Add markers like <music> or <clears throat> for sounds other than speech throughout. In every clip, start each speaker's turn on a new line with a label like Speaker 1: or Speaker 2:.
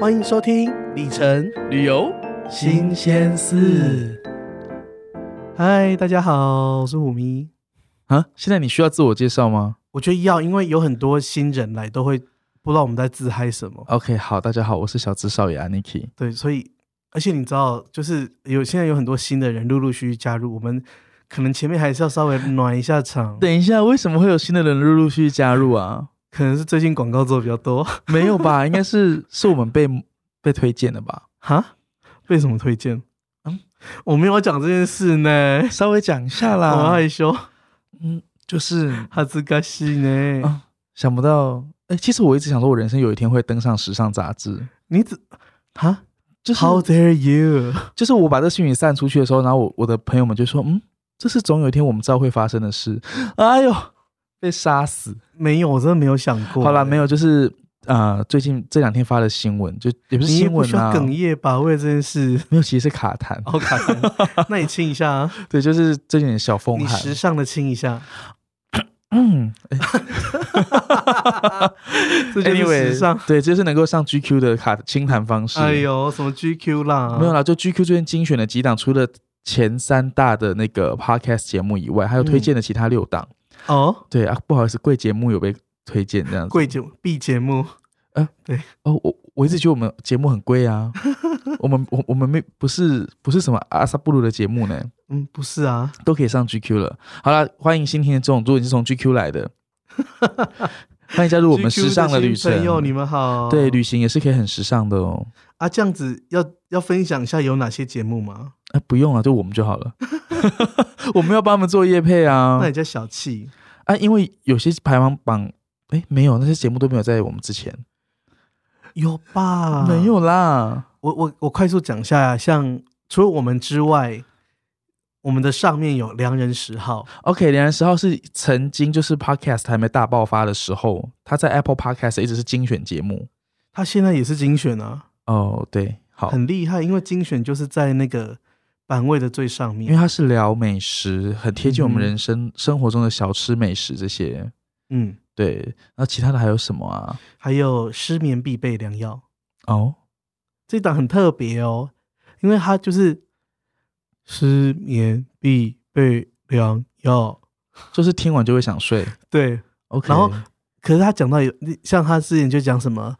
Speaker 1: 欢迎收听里程
Speaker 2: 旅游
Speaker 1: 新鲜事。嗨，大家好，我是虎咪。
Speaker 2: 啊！现在你需要自我介绍吗
Speaker 1: 我觉得要，因为有很多新人来都会不知道我们在自嗨什么，
Speaker 2: ？OK，好，大家好，我是小资少爷 Aniki。
Speaker 1: 对，所以而且你知道，就是有现在有很多新的人陆陆续续加入，我们可能前面还是要稍微暖一下场，
Speaker 2: 等一下，为什么会有新的人陆陆续续加入啊？ <laughs>
Speaker 1: 可能是最近广告做的比较多
Speaker 2: 没有吧？应该是是我们被被推荐的吧？
Speaker 1: 哈。为什么推荐？嗯
Speaker 2: 嗯，
Speaker 1: 我没有要讲这件事呢，
Speaker 2: 稍微讲一下
Speaker 1: 我
Speaker 2: 啦，
Speaker 1: 害羞，
Speaker 2: 就是
Speaker 1: 哈兹嘎西呢。
Speaker 2: 啊想不到，哎、其实我一直想说，我人生有一天会登上时尚杂志。
Speaker 1: 你怎哈
Speaker 2: 就是
Speaker 1: ？How dare you？ <laughs>
Speaker 2: 就是我把这讯息散出去的时候，然后我我的朋友们就说，嗯，这是总有一天我们知道会发生的事。哎呦，被杀死。
Speaker 1: 没有，我真的没有想过。欸
Speaker 2: 好啦，没
Speaker 1: 有，
Speaker 2: 有，就是呃，最近这两天发的新闻，就也不是
Speaker 1: 你也
Speaker 2: 新
Speaker 1: 不
Speaker 2: 闻
Speaker 1: 需
Speaker 2: 啊
Speaker 1: 要，哽咽哦吧？为了这件
Speaker 2: <laughs>
Speaker 1: 事，
Speaker 2: 没有，其实是卡痰。
Speaker 1: 好卡
Speaker 2: <laughs>
Speaker 1: 痰。那你亲一下啊，
Speaker 2: 对，就是最近的小风
Speaker 1: 你
Speaker 2: 寒。
Speaker 1: 时尚的亲一下，
Speaker 2: 嗯
Speaker 1: <laughs>
Speaker 2: <laughs>
Speaker 1: 这就是
Speaker 2: ，anyway，
Speaker 1: 时尚。
Speaker 2: 对，就是能够上 GQ 的卡清谈方式。
Speaker 1: 哎呦，什么 GQ 啦？
Speaker 2: 没有啦，就 GQ 最近精选的几档，除了前三大的那个 podcast 节目以外，
Speaker 1: 嗯
Speaker 2: 还有推荐的其他六档。
Speaker 1: 哦，
Speaker 2: 对啊，不好意思，贵节目有被推荐这样子。
Speaker 1: 贵节目 B 节目，
Speaker 2: 哦，我我一直觉得我们节目很
Speaker 1: <laughs>
Speaker 2: 贵啊，我们我我们没不是不是什么阿萨布鲁的节目呢，
Speaker 1: 嗯，不是啊，
Speaker 2: 都可以上 GQ 了。好啦，欢迎新听的众，如果你是从 GQ 来的， <laughs> 欢迎加入我们
Speaker 1: GQ
Speaker 2: 时尚的
Speaker 1: 新
Speaker 2: 旅程。
Speaker 1: 朋友，你们哦好。
Speaker 2: 对，旅行也是可以很时尚的哦。
Speaker 1: 啊，这样子要要分享一下有哪些节目吗？
Speaker 2: 啊，不用啊，就我们就好了。 <laughs> 我们要帮他们做业配啊
Speaker 1: <laughs> 那你叫小气
Speaker 2: 啊，因为有些排行榜，哎，没有那些节目都没有在我们之前，
Speaker 1: 有吧？
Speaker 2: 没有啦。
Speaker 1: 我我我快速讲一下，啊像除了我们之外，我们的上面有良人十号，
Speaker 2: OK，连人十号是曾经就是 Podcast 还没大爆发的时候，他在 Apple Podcast 一直是精选节目。
Speaker 1: 他现在也是精选啊，
Speaker 2: 哦，对，好，
Speaker 1: 很厉害，因为精选就是在那个版位的最上
Speaker 2: 因为
Speaker 1: 面。
Speaker 2: 他是聊美食，很贴近我们
Speaker 1: 嗯哼
Speaker 2: 人生、生活中的小吃美食这些。
Speaker 1: 嗯，
Speaker 2: 对，然后其他的还有什么啊？
Speaker 1: 还有失眠必备良药，
Speaker 2: 哦，
Speaker 1: 这档很特别哦，因为它就是失眠必备良药。
Speaker 2: 就是听完就会想睡。
Speaker 1: 对，
Speaker 2: OK，
Speaker 1: 然后可是他讲到有，像他之前就讲什么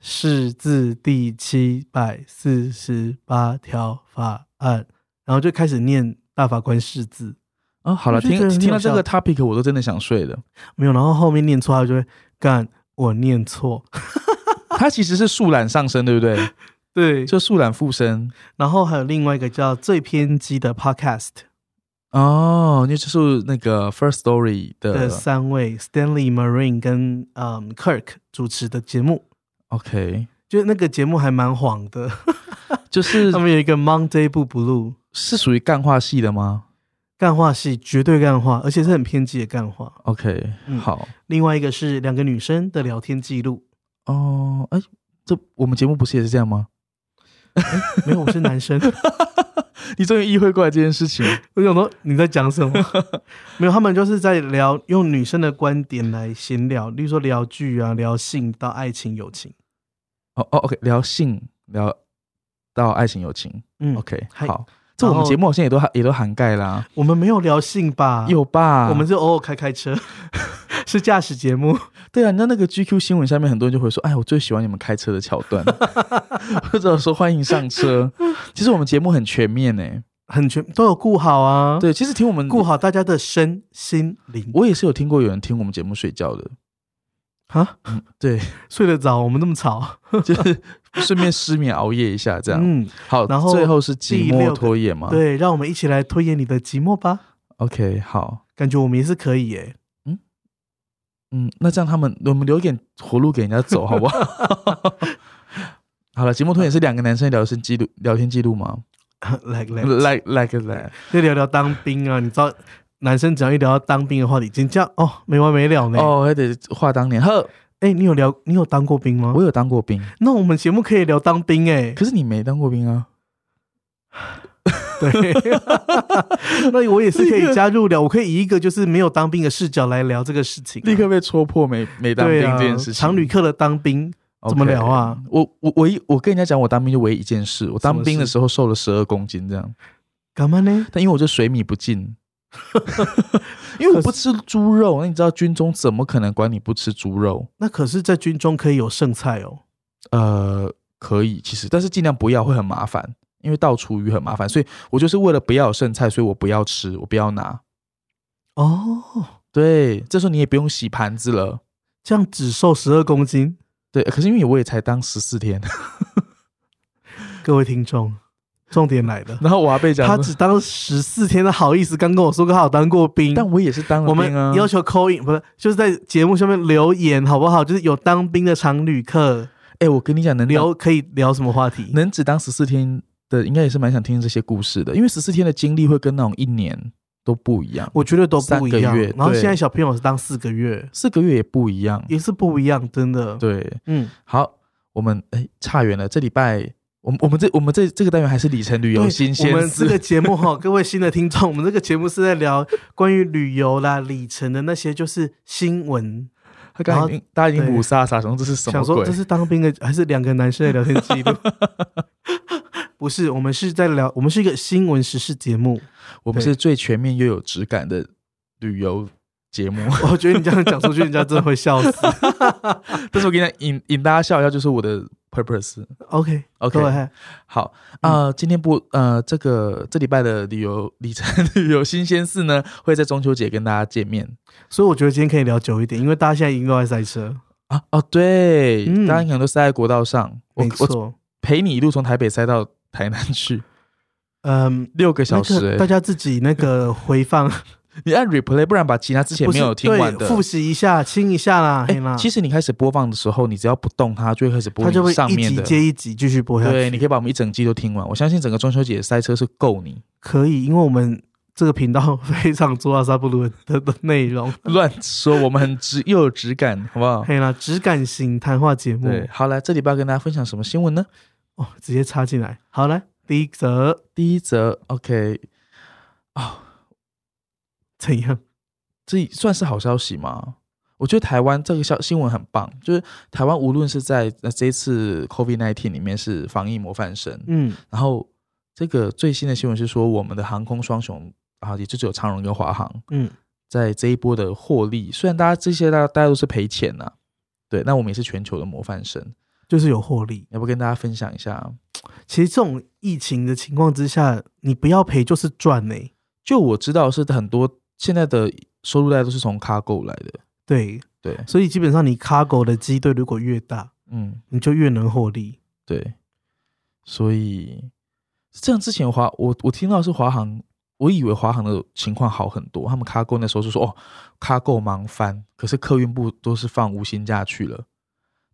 Speaker 1: 是字第七百四十八条法案，然后就开始念大法官释字，
Speaker 2: 啊、好了，
Speaker 1: 我就觉
Speaker 2: 听
Speaker 1: 得很
Speaker 2: 听到
Speaker 1: 好笑
Speaker 2: 这个 topic 我都真的想睡了。
Speaker 1: 没有，然后后面念错，他就会干我念错， <laughs>
Speaker 2: 它其实是树懒上身，对不对？
Speaker 1: 对，
Speaker 2: 就树懒附身。
Speaker 1: 然后还有另外一个叫最偏激的 podcast
Speaker 2: 哦，那就是那个 First Story
Speaker 1: 的
Speaker 2: 的。
Speaker 1: 三位 Stanley Marine 跟嗯 Kirk 主持的节目，
Speaker 2: OK，
Speaker 1: 就是那个节目还蛮黄的， <laughs>
Speaker 2: 就是
Speaker 1: 他们有一个 Monday Blue Blue
Speaker 2: 是属于干话系的吗
Speaker 1: 干话系，绝对干话，而且是很偏激的干话。
Speaker 2: ？OK，、
Speaker 1: 嗯
Speaker 2: 好。
Speaker 1: 另外一个是两个女生的聊天记录，
Speaker 2: 哦，哎，这我们节目不是也是这样吗？
Speaker 1: 没有，我是男
Speaker 2: <laughs>
Speaker 1: 生，
Speaker 2: 你终于意会过来这件事情。
Speaker 1: 我想说你在讲什么？没有，他们就是在聊用女生的观点来闲聊，例如说聊剧啊、聊性到爱情、友情，
Speaker 2: 哦哦，OK，聊性聊到爱情友情
Speaker 1: 嗯
Speaker 2: ，OK，
Speaker 1: 嗨
Speaker 2: 好，这我们节目好像也都也都涵盖啦，
Speaker 1: 我们没有聊性吧？，
Speaker 2: 有吧？
Speaker 1: 我们是偶尔开开车， <laughs> 是驾驶节目，
Speaker 2: 对啊，那那个 GQ 新闻下面很多人就会说，哎，我最喜欢你们开车的桥 <laughs> 段，或者说欢迎上车。其实我们节目很全面诶、
Speaker 1: 很全都有顾好啊，，
Speaker 2: 对，其实听我们
Speaker 1: 顾，好大家的身心灵
Speaker 2: 我也是有听过有人听我们节目睡觉的，
Speaker 1: 啊，
Speaker 2: 对，
Speaker 1: 睡得着，我们那么吵，
Speaker 2: 就是顺便失眠熬夜一下这样。
Speaker 1: 嗯，
Speaker 2: 好，
Speaker 1: 然后
Speaker 2: 最后是寂
Speaker 1: 第六
Speaker 2: 寞
Speaker 1: 个
Speaker 2: 拖延嘛？
Speaker 1: 对，让我们一起来拖延你的寂寞吧，
Speaker 2: ，OK，好，
Speaker 1: 感觉我们也是可以耶、 <laughs>
Speaker 2: 嗯，那这样他们我们留一点活路给人家走，好 <laughs> 不好？好了，节目拖延是两个男生聊天记录，聊天记录吗
Speaker 1: 来来
Speaker 2: ？Like like that，
Speaker 1: 就聊聊当兵啊，你知道，男生只要一聊到当兵的话题，真这样哦，没完没了呢。哦，
Speaker 2: 哦，还得话当年。呵，
Speaker 1: 哎、你有聊，你有当过兵吗？
Speaker 2: 我有当过兵，
Speaker 1: 那我们节目可以聊当兵
Speaker 2: <laughs>
Speaker 1: 哎、
Speaker 2: 可是你没当过兵啊？
Speaker 1: 对，那我也是可以加入聊，我可以以一个就是没有当兵的视角来聊这个事情、啊
Speaker 2: 立刻被戳破没没当兵
Speaker 1: 对
Speaker 2: 这
Speaker 1: 啊
Speaker 2: 件事，情。
Speaker 1: 常旅客的当兵怎么
Speaker 2: OK
Speaker 1: 聊啊？
Speaker 2: 我我唯一我跟人家讲，我当兵就唯一一件事，
Speaker 1: 什
Speaker 2: 我当
Speaker 1: 么
Speaker 2: 兵的
Speaker 1: 事
Speaker 2: 时候瘦了十二公斤这样，
Speaker 1: 干嘛呢？
Speaker 2: 但因为我就水米不进， <laughs> 因为我不吃猪肉，那你知道军中怎么可能管你不吃猪肉？
Speaker 1: 那可是，在军中可以有剩菜哦。
Speaker 2: 呃，可以其实，但是尽量不要会很麻烦，因为倒厨余很麻烦，所以我就是为了不要有剩菜，所以我不要吃，我不要拿。
Speaker 1: 哦，
Speaker 2: 对，这时候你也不用洗盘子了。
Speaker 1: 这样只瘦十二公斤，
Speaker 2: 对，可是因为我也才当十四天， <laughs>
Speaker 1: 各位听众，重点来了。
Speaker 2: 然后我还被讲说，
Speaker 1: 他只当十四天的好意思，刚跟我说过他有当过兵，
Speaker 2: 但我也是当了
Speaker 1: 我
Speaker 2: 兵
Speaker 1: 们
Speaker 2: 啊。
Speaker 1: 要求扣印不是，就是在节目下面留言好不好？就是有当兵的常旅客
Speaker 2: 哎、我跟你讲，能当
Speaker 1: 聊可以聊什么话题？
Speaker 2: 能只当十四天的，应该也是蛮想听这些故事的，因为十四天的经历会跟那种一年都不一样，
Speaker 1: 我觉得都不一
Speaker 2: 三
Speaker 1: 样
Speaker 2: 个月。
Speaker 1: 然后
Speaker 2: 对
Speaker 1: 现在小朋友是当四个月，
Speaker 2: 四个月也不一样。
Speaker 1: 也是不一样，真的。
Speaker 2: 对，
Speaker 1: 嗯，
Speaker 2: 好，我们哎、差远了，这礼拜。我们我们这我们这这个单元还是里程旅游
Speaker 1: 对
Speaker 2: 新
Speaker 1: 我
Speaker 2: 鲜
Speaker 1: 们这个
Speaker 2: 事，
Speaker 1: 节目哈，各位新的听众，我们这个节目是在聊关于旅游啦、里程的那些，就是新闻。
Speaker 2: 他刚刚已经大家已经
Speaker 1: 对
Speaker 2: 五杀杀，想说这是什么
Speaker 1: 想说
Speaker 2: 鬼
Speaker 1: 这？是当兵的，还是两个男生的聊天记
Speaker 2: <laughs>
Speaker 1: 录？不是，我们是在聊，我们是一个新闻时事节目。
Speaker 2: 我们
Speaker 1: 对
Speaker 2: 是最全面又有质感的旅游节
Speaker 1: <laughs>
Speaker 2: 目，
Speaker 1: 我觉得你这样讲出去，人家真的会笑
Speaker 2: <laughs>
Speaker 1: 死。
Speaker 2: 但是我跟你讲，引引大家笑一下，就是我的 purpose。
Speaker 1: OK
Speaker 2: OK，
Speaker 1: 各位，
Speaker 2: 好
Speaker 1: 嗯
Speaker 2: 啊、呃今天不呃，这个这礼拜的旅游里程旅游新鲜事呢，会在中秋节跟大家见面
Speaker 1: 所以我觉得今天可以聊久一点，因为大家现在已经都在塞车，
Speaker 2: 啊。哦，对，
Speaker 1: 嗯
Speaker 2: 大家可能都塞在国道上，我
Speaker 1: 没
Speaker 2: 我
Speaker 1: 错。
Speaker 2: 陪你一路从台北塞到台南去， <laughs>
Speaker 1: 嗯，
Speaker 2: 六个
Speaker 1: 那
Speaker 2: 小时、
Speaker 1: 个
Speaker 2: 欸。
Speaker 1: 大家自己那个回放
Speaker 2: 你按 replay，不然把其他之 <laughs> 前
Speaker 1: 不
Speaker 2: 没
Speaker 1: 是
Speaker 2: 有听完
Speaker 1: 对
Speaker 2: 的
Speaker 1: 复。习一下，清一下啦，
Speaker 2: 哎、
Speaker 1: 嘿啦，
Speaker 2: 其实你开始播放的时候，你只要不动它，就会开始播
Speaker 1: 他就
Speaker 2: 你
Speaker 1: 会
Speaker 2: 上
Speaker 1: 一
Speaker 2: 面
Speaker 1: 集
Speaker 2: 的。
Speaker 1: 接一集继续播下去。
Speaker 2: 对，你可以把我们一整季都听完。我相信整个中秋节塞车是够你
Speaker 1: 可以，因为我们这个频道 <laughs> 非常做阿萨布鲁的的内容，
Speaker 2: 乱说，我们很直又有质感，好
Speaker 1: <laughs>
Speaker 2: 不好？
Speaker 1: 嘿啦，质感型谈话节目
Speaker 2: 对，好来，这礼拜要跟大家分享什么新闻呢？
Speaker 1: 哦，直接插进来。好来，第一则
Speaker 2: 第一则，OK，啊、
Speaker 1: 怎样？
Speaker 2: 这算是好消息吗？我觉得台湾这个消新闻很棒，就是台湾无论是在呃这一次 COVID nineteen 里面是防疫模范生，
Speaker 1: 嗯，
Speaker 2: 然后这个最新的新闻是说我们的航空双雄啊，也就只有长荣跟华航，
Speaker 1: 嗯，
Speaker 2: 在这一波的获利，虽然大家这些大家大家都是赔钱呐、对，那我们也是全球的模范生，
Speaker 1: 就是有获利。
Speaker 2: 要不跟大家分享一下？
Speaker 1: 其实这种疫情的情况之下，你不要赔就是赚欸呢、
Speaker 2: 就我知道是很多现在的收入大家都是从 cargo 来的，
Speaker 1: 对，
Speaker 2: 对，
Speaker 1: 所以基本上你 cargo 的机队如果越大，
Speaker 2: 嗯。
Speaker 1: 你就越能获利。
Speaker 2: 对，所以这样之前华我我听到是华航，我以为华航的情况好很多，他们卡购那时候就说哦，卡购忙翻，可是客运部都是放无薪假去了，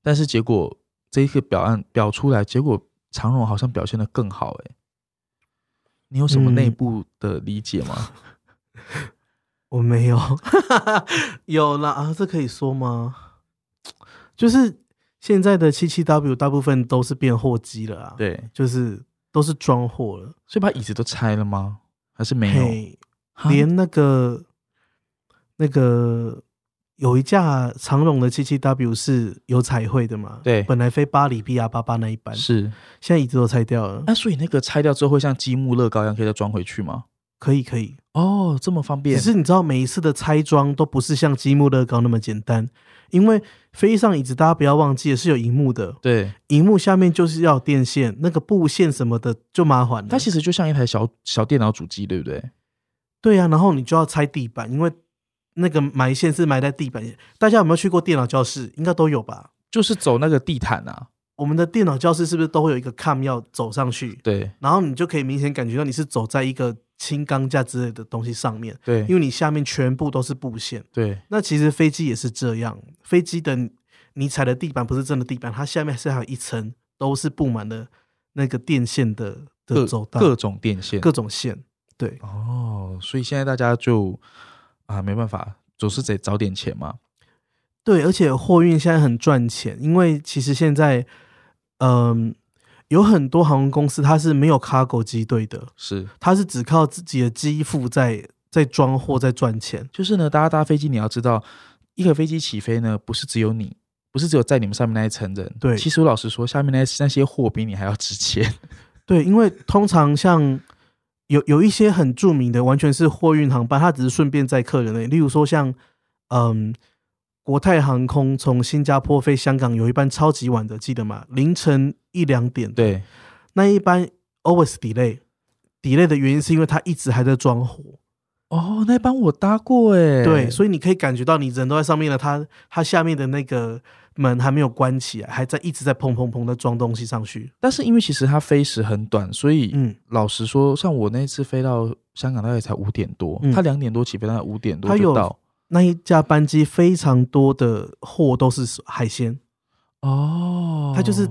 Speaker 2: 但是结果这一个表案表出来，结果长荣好像表现的更好哎、你有什么内
Speaker 1: 嗯
Speaker 2: 部的理解
Speaker 1: <laughs>
Speaker 2: 吗？
Speaker 1: 我没有， <laughs> 有啦啊，这可以说吗？就是现在的七七 W 大部分都是变货机了啊，，
Speaker 2: 对，
Speaker 1: 就是都是装货了，
Speaker 2: 所以把椅子都拆了吗？还是没有？
Speaker 1: 嘿，
Speaker 2: 哈
Speaker 1: 连那个那个。有一架长荣的七七 W 是有彩绘的嘛？
Speaker 2: 对
Speaker 1: 本来飞巴黎 B R 八八那一班，
Speaker 2: 是嗯
Speaker 1: 现在椅子都拆掉了。
Speaker 2: 那所以那个拆掉之后会像积木乐高一样可以再装回去吗？
Speaker 1: 可以可以，
Speaker 2: 哦，这么方便
Speaker 1: 只，是你知道每一次的拆装都不是像积木乐高那么简单，因为飞上椅子大家不要忘记是有荧幕的，
Speaker 2: 对，
Speaker 1: 荧幕下面就是要有电线，那个布线什么的就麻烦了。
Speaker 2: 它其实就像一台小小电脑主机，对不对？
Speaker 1: 对啊，然后你就要拆地板，因为那个埋线是埋在地板。大家有没有去过电脑教室？应该都有吧。
Speaker 2: 就是走那个地毯啊，
Speaker 1: 我们的电脑教室是不是都会有一个 cam 要走上去？
Speaker 2: 对
Speaker 1: 然后你就可以明显感觉到你是走在一个轻钢架之类的东西上面，
Speaker 2: 对
Speaker 1: 因为你下面全部都是布线。
Speaker 2: 对
Speaker 1: 那其实飞机也是这样，飞机的你踩的地板不是真的地板，它下面是还有一层都是布满了那个电线的的
Speaker 2: 各
Speaker 1: 走道，
Speaker 2: 各种电线
Speaker 1: 各种线。对，
Speaker 2: 哦，所以现在大家就啊没办法，总是得找点钱嘛。
Speaker 1: 对，而且货运现在很赚钱，因为其实现在，嗯、有很多航空公司它是没有 cargo 机队的，
Speaker 2: 是，
Speaker 1: 它是只靠自己的机腹在在装货在赚钱。
Speaker 2: 就是呢，大家搭飞机你要知道，一个飞机起飞呢，不是只有你，不是只有在你们上面那一层人。
Speaker 1: 对
Speaker 2: 其实我老实说，下面那那些货比你还要值钱。
Speaker 1: 对，因为通常像有有一些很著名的，完全是货运航班，它只是顺便载客人而已。例如说像，嗯，国泰航空从新加坡飞香港有一班超级晚的，记得吗？凌晨一两点，，
Speaker 2: 对，
Speaker 1: 那一班 always delay。delay 的原因是因为它一直还在装货，
Speaker 2: 哦，那班我搭过哎、
Speaker 1: 对，所以你可以感觉到你人都在上面了，它它下面的那个门还没有关起来，还在一直在砰砰砰的装东西上去。
Speaker 2: 但是因为其实它飞时很短，所以
Speaker 1: 嗯，
Speaker 2: 老实说，像我那一次飞到香港大概才五点多，
Speaker 1: 嗯
Speaker 2: 它两点多起飞，大概五点多
Speaker 1: 它有哦
Speaker 2: 就到。
Speaker 1: 那一架班机非常多的货都是海鲜，
Speaker 2: 哦，
Speaker 1: 它就是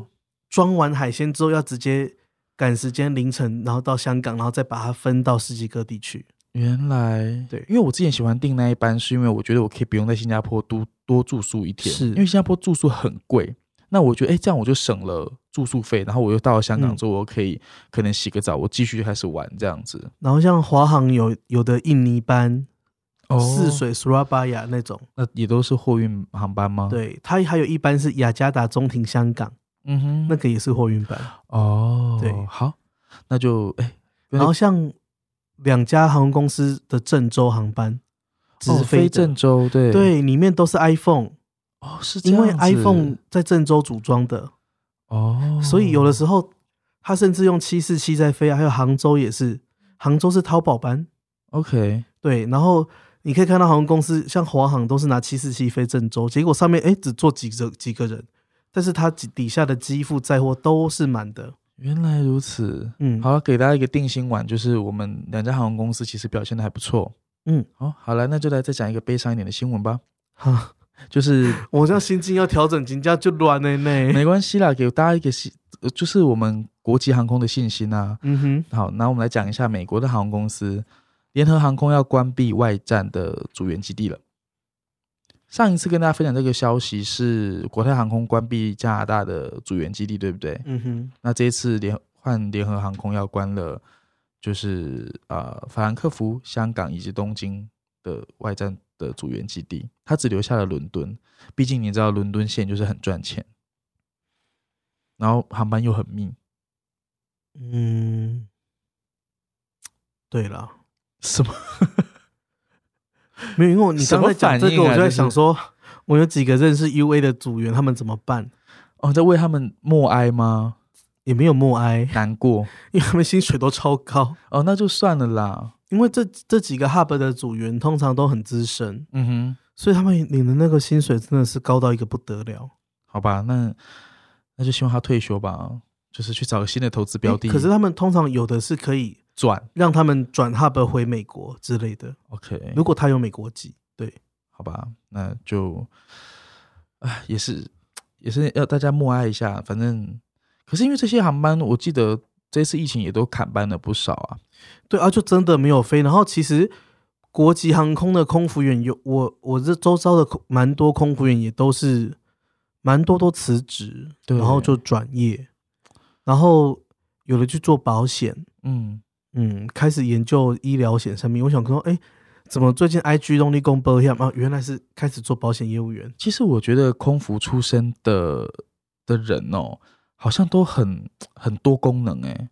Speaker 1: 装完海鲜之后要直接赶时间凌晨，然后到香港，然后再把它分到世界各地去。
Speaker 2: 原来
Speaker 1: 对
Speaker 2: 因为我之前喜欢订那一班，是因为我觉得我可以不用在新加坡多多住宿一天，
Speaker 1: 是
Speaker 2: 因为新加坡住宿很贵。那我觉得，哎、这样我就省了住宿费，然后我又到了香港
Speaker 1: 嗯
Speaker 2: 之后，我可以可能洗个澡，我继续就开始玩这样子。
Speaker 1: 然后像华航有有的印尼班、
Speaker 2: 哦
Speaker 1: 泗水、苏拉巴雅那种，
Speaker 2: 那也都是货运航班吗？，
Speaker 1: 对，它还有一班是雅加达、中庭、香港，
Speaker 2: 嗯哼，
Speaker 1: 那个也是货运班。
Speaker 2: 哦，
Speaker 1: 对
Speaker 2: 好，那就哎、对
Speaker 1: 然后像两家航空公司的郑州航班，直
Speaker 2: 哦
Speaker 1: 飞
Speaker 2: 飞
Speaker 1: 的、
Speaker 2: 郑州，对
Speaker 1: 对，里面都是 iPhone，
Speaker 2: 哦，是这
Speaker 1: 因
Speaker 2: 样
Speaker 1: 为
Speaker 2: 子
Speaker 1: iPhone 在郑州组装的，
Speaker 2: 哦，
Speaker 1: 所以有的时候他甚至用七四七在飞啊，还有杭州也是，杭州是淘宝班，
Speaker 2: OK，
Speaker 1: 对，然后。你可以看到航空公司像华航都是拿七四七飞郑州，结果上面哎只坐几个几个人，但是它底底下的机腹载货都是满的。
Speaker 2: 原来如此。
Speaker 1: 嗯，
Speaker 2: 好，给大家一个定心丸，就是我们两家航空公司其实表现的还不错。
Speaker 1: 嗯，
Speaker 2: 好、好了，那就来再讲一个悲伤一点的新闻吧。
Speaker 1: 哈，
Speaker 2: 就是
Speaker 1: 我这样心境要调整，人家就乱了呢。
Speaker 2: 没关系啦，给大家一个信，呃就是我们国际航空的信心啊。
Speaker 1: 嗯哼，
Speaker 2: 好，那我们来讲一下美国的航空公司，联合航空要关闭外站的组员基地了。上一次跟大家分享这个消息是国泰航空关闭加拿大的组员基地，对不对？
Speaker 1: 嗯哼，
Speaker 2: 那这一次联换联合航空要关了，就是呃法兰克福、香港以及东京的外站的组员基地，它只留下了伦敦。毕竟你知道伦敦线就是很赚钱，然后航班又很密，
Speaker 1: 嗯，对了，
Speaker 2: 什么？ <laughs>
Speaker 1: 没有，因为你
Speaker 2: 什
Speaker 1: 刚
Speaker 2: 么
Speaker 1: 才讲
Speaker 2: 反
Speaker 1: 这
Speaker 2: 应
Speaker 1: 个，我
Speaker 2: 啊
Speaker 1: 就
Speaker 2: 这
Speaker 1: 在
Speaker 2: 是
Speaker 1: 想说，我有几个认识 U A 的组员，他们怎么办？
Speaker 2: 哦，在为他们默哀吗？
Speaker 1: 也没有默哀，
Speaker 2: 难过
Speaker 1: 因为他们薪水都超高。
Speaker 2: 哦，那就算了啦。
Speaker 1: 因为这这几个 Hub 的组员通常都很资深，
Speaker 2: 嗯哼，
Speaker 1: 所以他们领的那个薪水真的是高到一个不得了。
Speaker 2: 好吧，那那就希望他退休吧，就是去找个新的投资标的
Speaker 1: 诶可是他们通常有的是可以
Speaker 2: 转。
Speaker 1: 让他们转 Hub 回美国之类的，
Speaker 2: OK，
Speaker 1: 如果他有美国籍。
Speaker 2: 好吧，那就，唉，也是也是要大家默哀一下。反正，可是因为这些航班，我记得这次疫情也都砍班了不少啊。
Speaker 1: 对啊，就真的没有飞。然后其实国际航空的空服员有我，我这周遭的空蛮多空服员也都是蛮多都辞职，
Speaker 2: 对
Speaker 1: 然后就转业，然后有的去做保险，
Speaker 2: 嗯，
Speaker 1: 嗯，开始研究医疗险上面。我想说，哎，怎么最近 IG 动力供保险啊？原来是开始做保险业务员，
Speaker 2: 其实我觉得空服出身的的人哦，好像都很很多功能哎、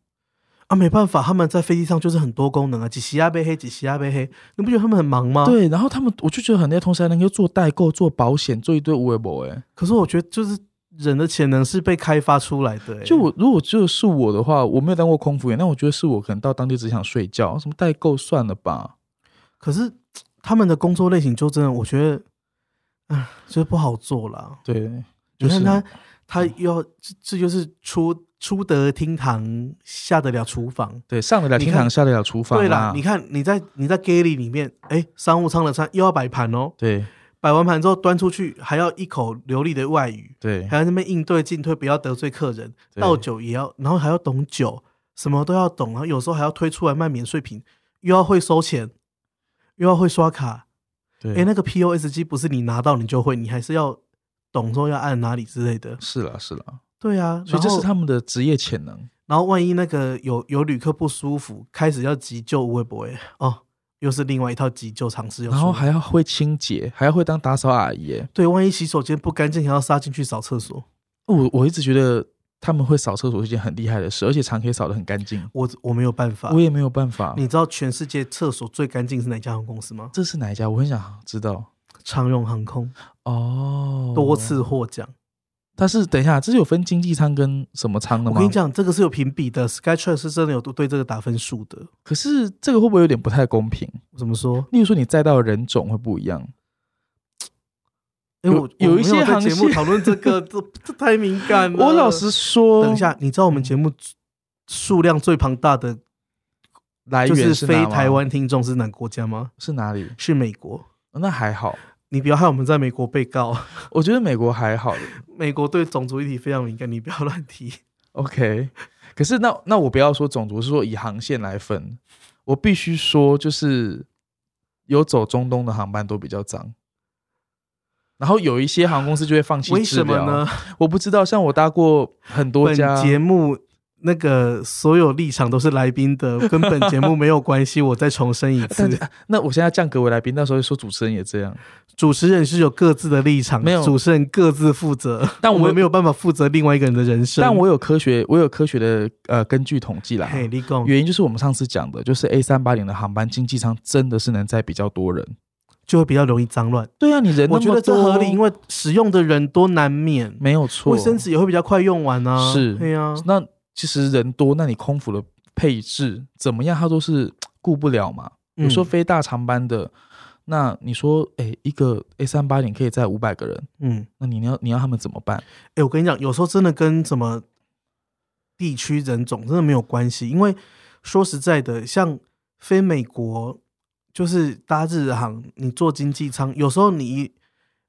Speaker 1: 啊，没办法，他们在飞机上就是很多功能啊，几西亚被黑，几西亚被黑，你不觉得他们很忙吗？。
Speaker 2: 对，然后他们我就觉得很厉害，同时还能够做代购、做保险、做一堆无为博哎。
Speaker 1: 可是我觉得就是人的潜能是被开发出来的、哎
Speaker 2: 就我如果就是我的话，我没有当过空服员，那我觉得是我可能到当地只想睡觉，什么代购算了吧。
Speaker 1: 可是他们的工作类型就真的，我觉得，唉，就是不好做啦。
Speaker 2: 对，
Speaker 1: 你
Speaker 2: 就是
Speaker 1: 看
Speaker 2: 嗯
Speaker 1: 他，他又要这这就是出出得厅堂，下得了厨房。
Speaker 2: 对，上得了
Speaker 1: 你
Speaker 2: 厅
Speaker 1: 看
Speaker 2: 堂，下得了厨房、啊。
Speaker 1: 对啦，你看你在你在 galley 里面，哎，商务舱的餐又要摆盘哦，
Speaker 2: 对
Speaker 1: 摆完盘之后端出去，还要一口流利的外语，
Speaker 2: 对
Speaker 1: 还要那边应对进退，不要得罪客人，
Speaker 2: 哎对
Speaker 1: 倒酒也要，然后还要懂酒，什么都要懂，然后有时候还要推出来卖免税品，又要会收钱，又要会刷卡，
Speaker 2: 对，
Speaker 1: 哎、那个 POS 机不是你拿到你就会，你还是要懂说要按哪里之类的。
Speaker 2: 是啦是啦，
Speaker 1: 对啊，
Speaker 2: 所以这
Speaker 1: 然后
Speaker 2: 是他们的职业潜能。
Speaker 1: 然后万一那个有有旅客不舒服，开始要急救，会不会？哦，又是另外一套急救常识要出
Speaker 2: 然
Speaker 1: 来。
Speaker 2: 后还要会清洁，还要会当打扫阿姨耶。
Speaker 1: 对，万一洗手间不干净，还要杀进去扫厕所。
Speaker 2: 我我一直觉得他们会扫厕所是一件很厉害的事，而且常可以扫得很干净。
Speaker 1: 我我没有办法
Speaker 2: 我。也没有办法。
Speaker 1: 啊你知道全世界厕所最干净是哪家航空公司吗？
Speaker 2: 这是哪一家？我很想知道。
Speaker 1: 长荣航空
Speaker 2: 哦，
Speaker 1: 多次获奖。
Speaker 2: 但是等一下，这是有分经济舱跟什么舱的
Speaker 1: 我
Speaker 2: 吗？
Speaker 1: 跟你，讲，这个是有评比的，Skytrain 是真的有对这个打分数的。
Speaker 2: 可是这个会不会有点不太公平？
Speaker 1: 怎么说？
Speaker 2: 例如说，你载到的人种会不一样。
Speaker 1: 因为
Speaker 2: 有
Speaker 1: 我
Speaker 2: 有
Speaker 1: 我
Speaker 2: 一
Speaker 1: 没
Speaker 2: 些
Speaker 1: 在
Speaker 2: 航
Speaker 1: 节目
Speaker 2: 线
Speaker 1: 讨论这个，这这太敏感了。
Speaker 2: <laughs> 我老实说，
Speaker 1: 呃等一下，你知道我们节目数量最庞大的
Speaker 2: 来
Speaker 1: 就
Speaker 2: 源是哪
Speaker 1: 非
Speaker 2: 吗
Speaker 1: 台湾听众是哪个国家吗？
Speaker 2: 是哪里？哦
Speaker 1: 是美国。
Speaker 2: 那还好，
Speaker 1: 你不要害我们在美国被告， <laughs>
Speaker 2: 我觉得美国还好。
Speaker 1: 美国对种族议题非常敏感，你不要乱提。
Speaker 2: OK，可是那那我不要说种族，是说以航线来分，我必须说就是有走中东的航班都比较脏，然后有一些航空公司就会放弃
Speaker 1: 为
Speaker 2: 治
Speaker 1: 什么
Speaker 2: 疗。
Speaker 1: 呢？
Speaker 2: 我不知道，像我搭过很多
Speaker 1: 本
Speaker 2: 家，
Speaker 1: 节目那个所有立场都是来宾的，跟本节目没有关系。 <laughs> 我再重申一次
Speaker 2: 但，那我现在降格为来宾，那时候说主持人也这样，
Speaker 1: 主持人是有各自的立场，
Speaker 2: 没有
Speaker 1: 主持人各自负责，
Speaker 2: 但
Speaker 1: 我
Speaker 2: 我
Speaker 1: 们没有办法负责另外一个人的人生。
Speaker 2: 但我有科学，我有科学的呃根据统计啦。
Speaker 1: 嘿，哦立功
Speaker 2: 原因就是我们上次讲的，就是 A 三八零的航班经济舱真的是能载比较多人。
Speaker 1: 就会比较容易脏乱。
Speaker 2: 对啊，你人那
Speaker 1: 我
Speaker 2: 么
Speaker 1: 觉得这
Speaker 2: 多
Speaker 1: 合理，因为使用的人多难免，
Speaker 2: 没有错。
Speaker 1: 卫生纸也会比较快用完啊。
Speaker 2: 是
Speaker 1: 对啊，
Speaker 2: 那其实人多，那你空腹的配置怎么样，它都是顾不了嘛。
Speaker 1: 嗯
Speaker 2: 比如说非大长班的，那你说，哎、一个 A 三八零可以载五百个人，
Speaker 1: 嗯，嗯，
Speaker 2: 那你要你要他们怎么办？
Speaker 1: 哎、我跟你讲，有时候真的跟什么地区人种真的没有关系，因为说实在的，像飞美国就是搭日航，你坐经济舱，有时候你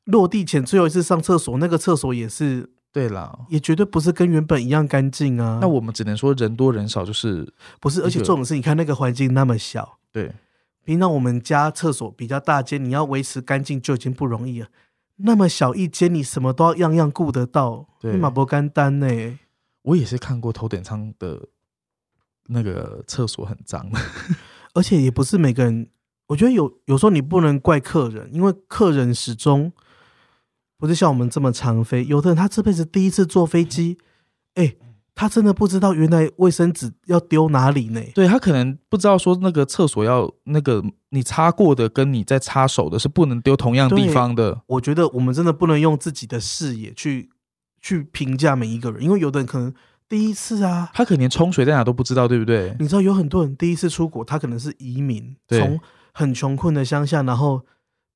Speaker 1: 落地前最后一次上厕所，那个厕所也是
Speaker 2: 对啦，
Speaker 1: 也绝对不是跟原本一样干净啊。
Speaker 2: 那我们只能说人多人少就是
Speaker 1: 不是，而且
Speaker 2: 那个
Speaker 1: 重点是，你看那个环境那么小，
Speaker 2: 对，
Speaker 1: 平常我们家厕所比较大间，你要维持干净就已经不容易了。那么小一间，你什么都要样样顾得到，
Speaker 2: 对
Speaker 1: 你马不干单呢、
Speaker 2: 我也是看过头等舱的那个厕所很脏， <laughs>
Speaker 1: 而且也不是每个人，我觉得有有时候你不能怪客人，因为客人始终不是像我们这么常飞。有的人他这辈子第一次坐飞机，哎、他真的不知道原来卫生纸要丢哪里呢。
Speaker 2: 对他可能不知道说那个厕所要那个你擦过的跟你在擦手的是不能丢同样地
Speaker 1: 对
Speaker 2: 方的，
Speaker 1: 我觉得我们真的不能用自己的视野去去评价每一个人，因为有的人可能第一次啊，
Speaker 2: 他可能连冲水在哪都不知道，对不对？
Speaker 1: 你知道有很多人第一次出国，他可能是移民，
Speaker 2: 对
Speaker 1: 从很穷困的乡下，然后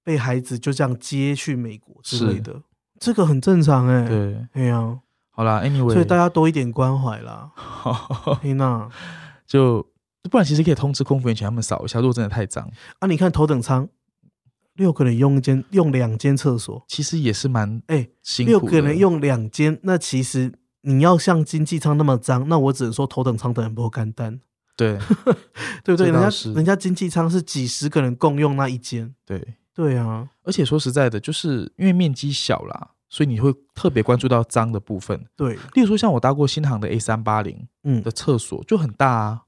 Speaker 1: 被孩子就这样接去美国之类的，这个很正常哎、
Speaker 2: 对。
Speaker 1: 哎呀、
Speaker 2: 好啦，Anyway，
Speaker 1: 所以大家多一点关怀
Speaker 2: <laughs>
Speaker 1: 啦，
Speaker 2: 家
Speaker 1: 嘿娜
Speaker 2: 就不然其实可以通知空服员请他们扫一下，如果真的太脏，
Speaker 1: 啊，你看头等舱六个人用一间用两间厕所，
Speaker 2: 其实也是蛮
Speaker 1: 哎
Speaker 2: 辛苦
Speaker 1: 六
Speaker 2: 的。
Speaker 1: 个人用两间，那其实你要像经济舱那么脏，那我只能说头等舱的人不够干单，
Speaker 2: 对
Speaker 1: 对不对？
Speaker 2: 这
Speaker 1: 人
Speaker 2: 倒
Speaker 1: 家
Speaker 2: 是
Speaker 1: 人家经济舱是几十个人共用那一间，
Speaker 2: 对， <laughs>
Speaker 1: 对啊，
Speaker 2: 而且说实在的，就是因为面积小啦，所以你会特别关注到脏的部分。
Speaker 1: 对，
Speaker 2: 例如说，像我搭过新航的 A 三八零
Speaker 1: 嗯
Speaker 2: 的厕所就很大啊，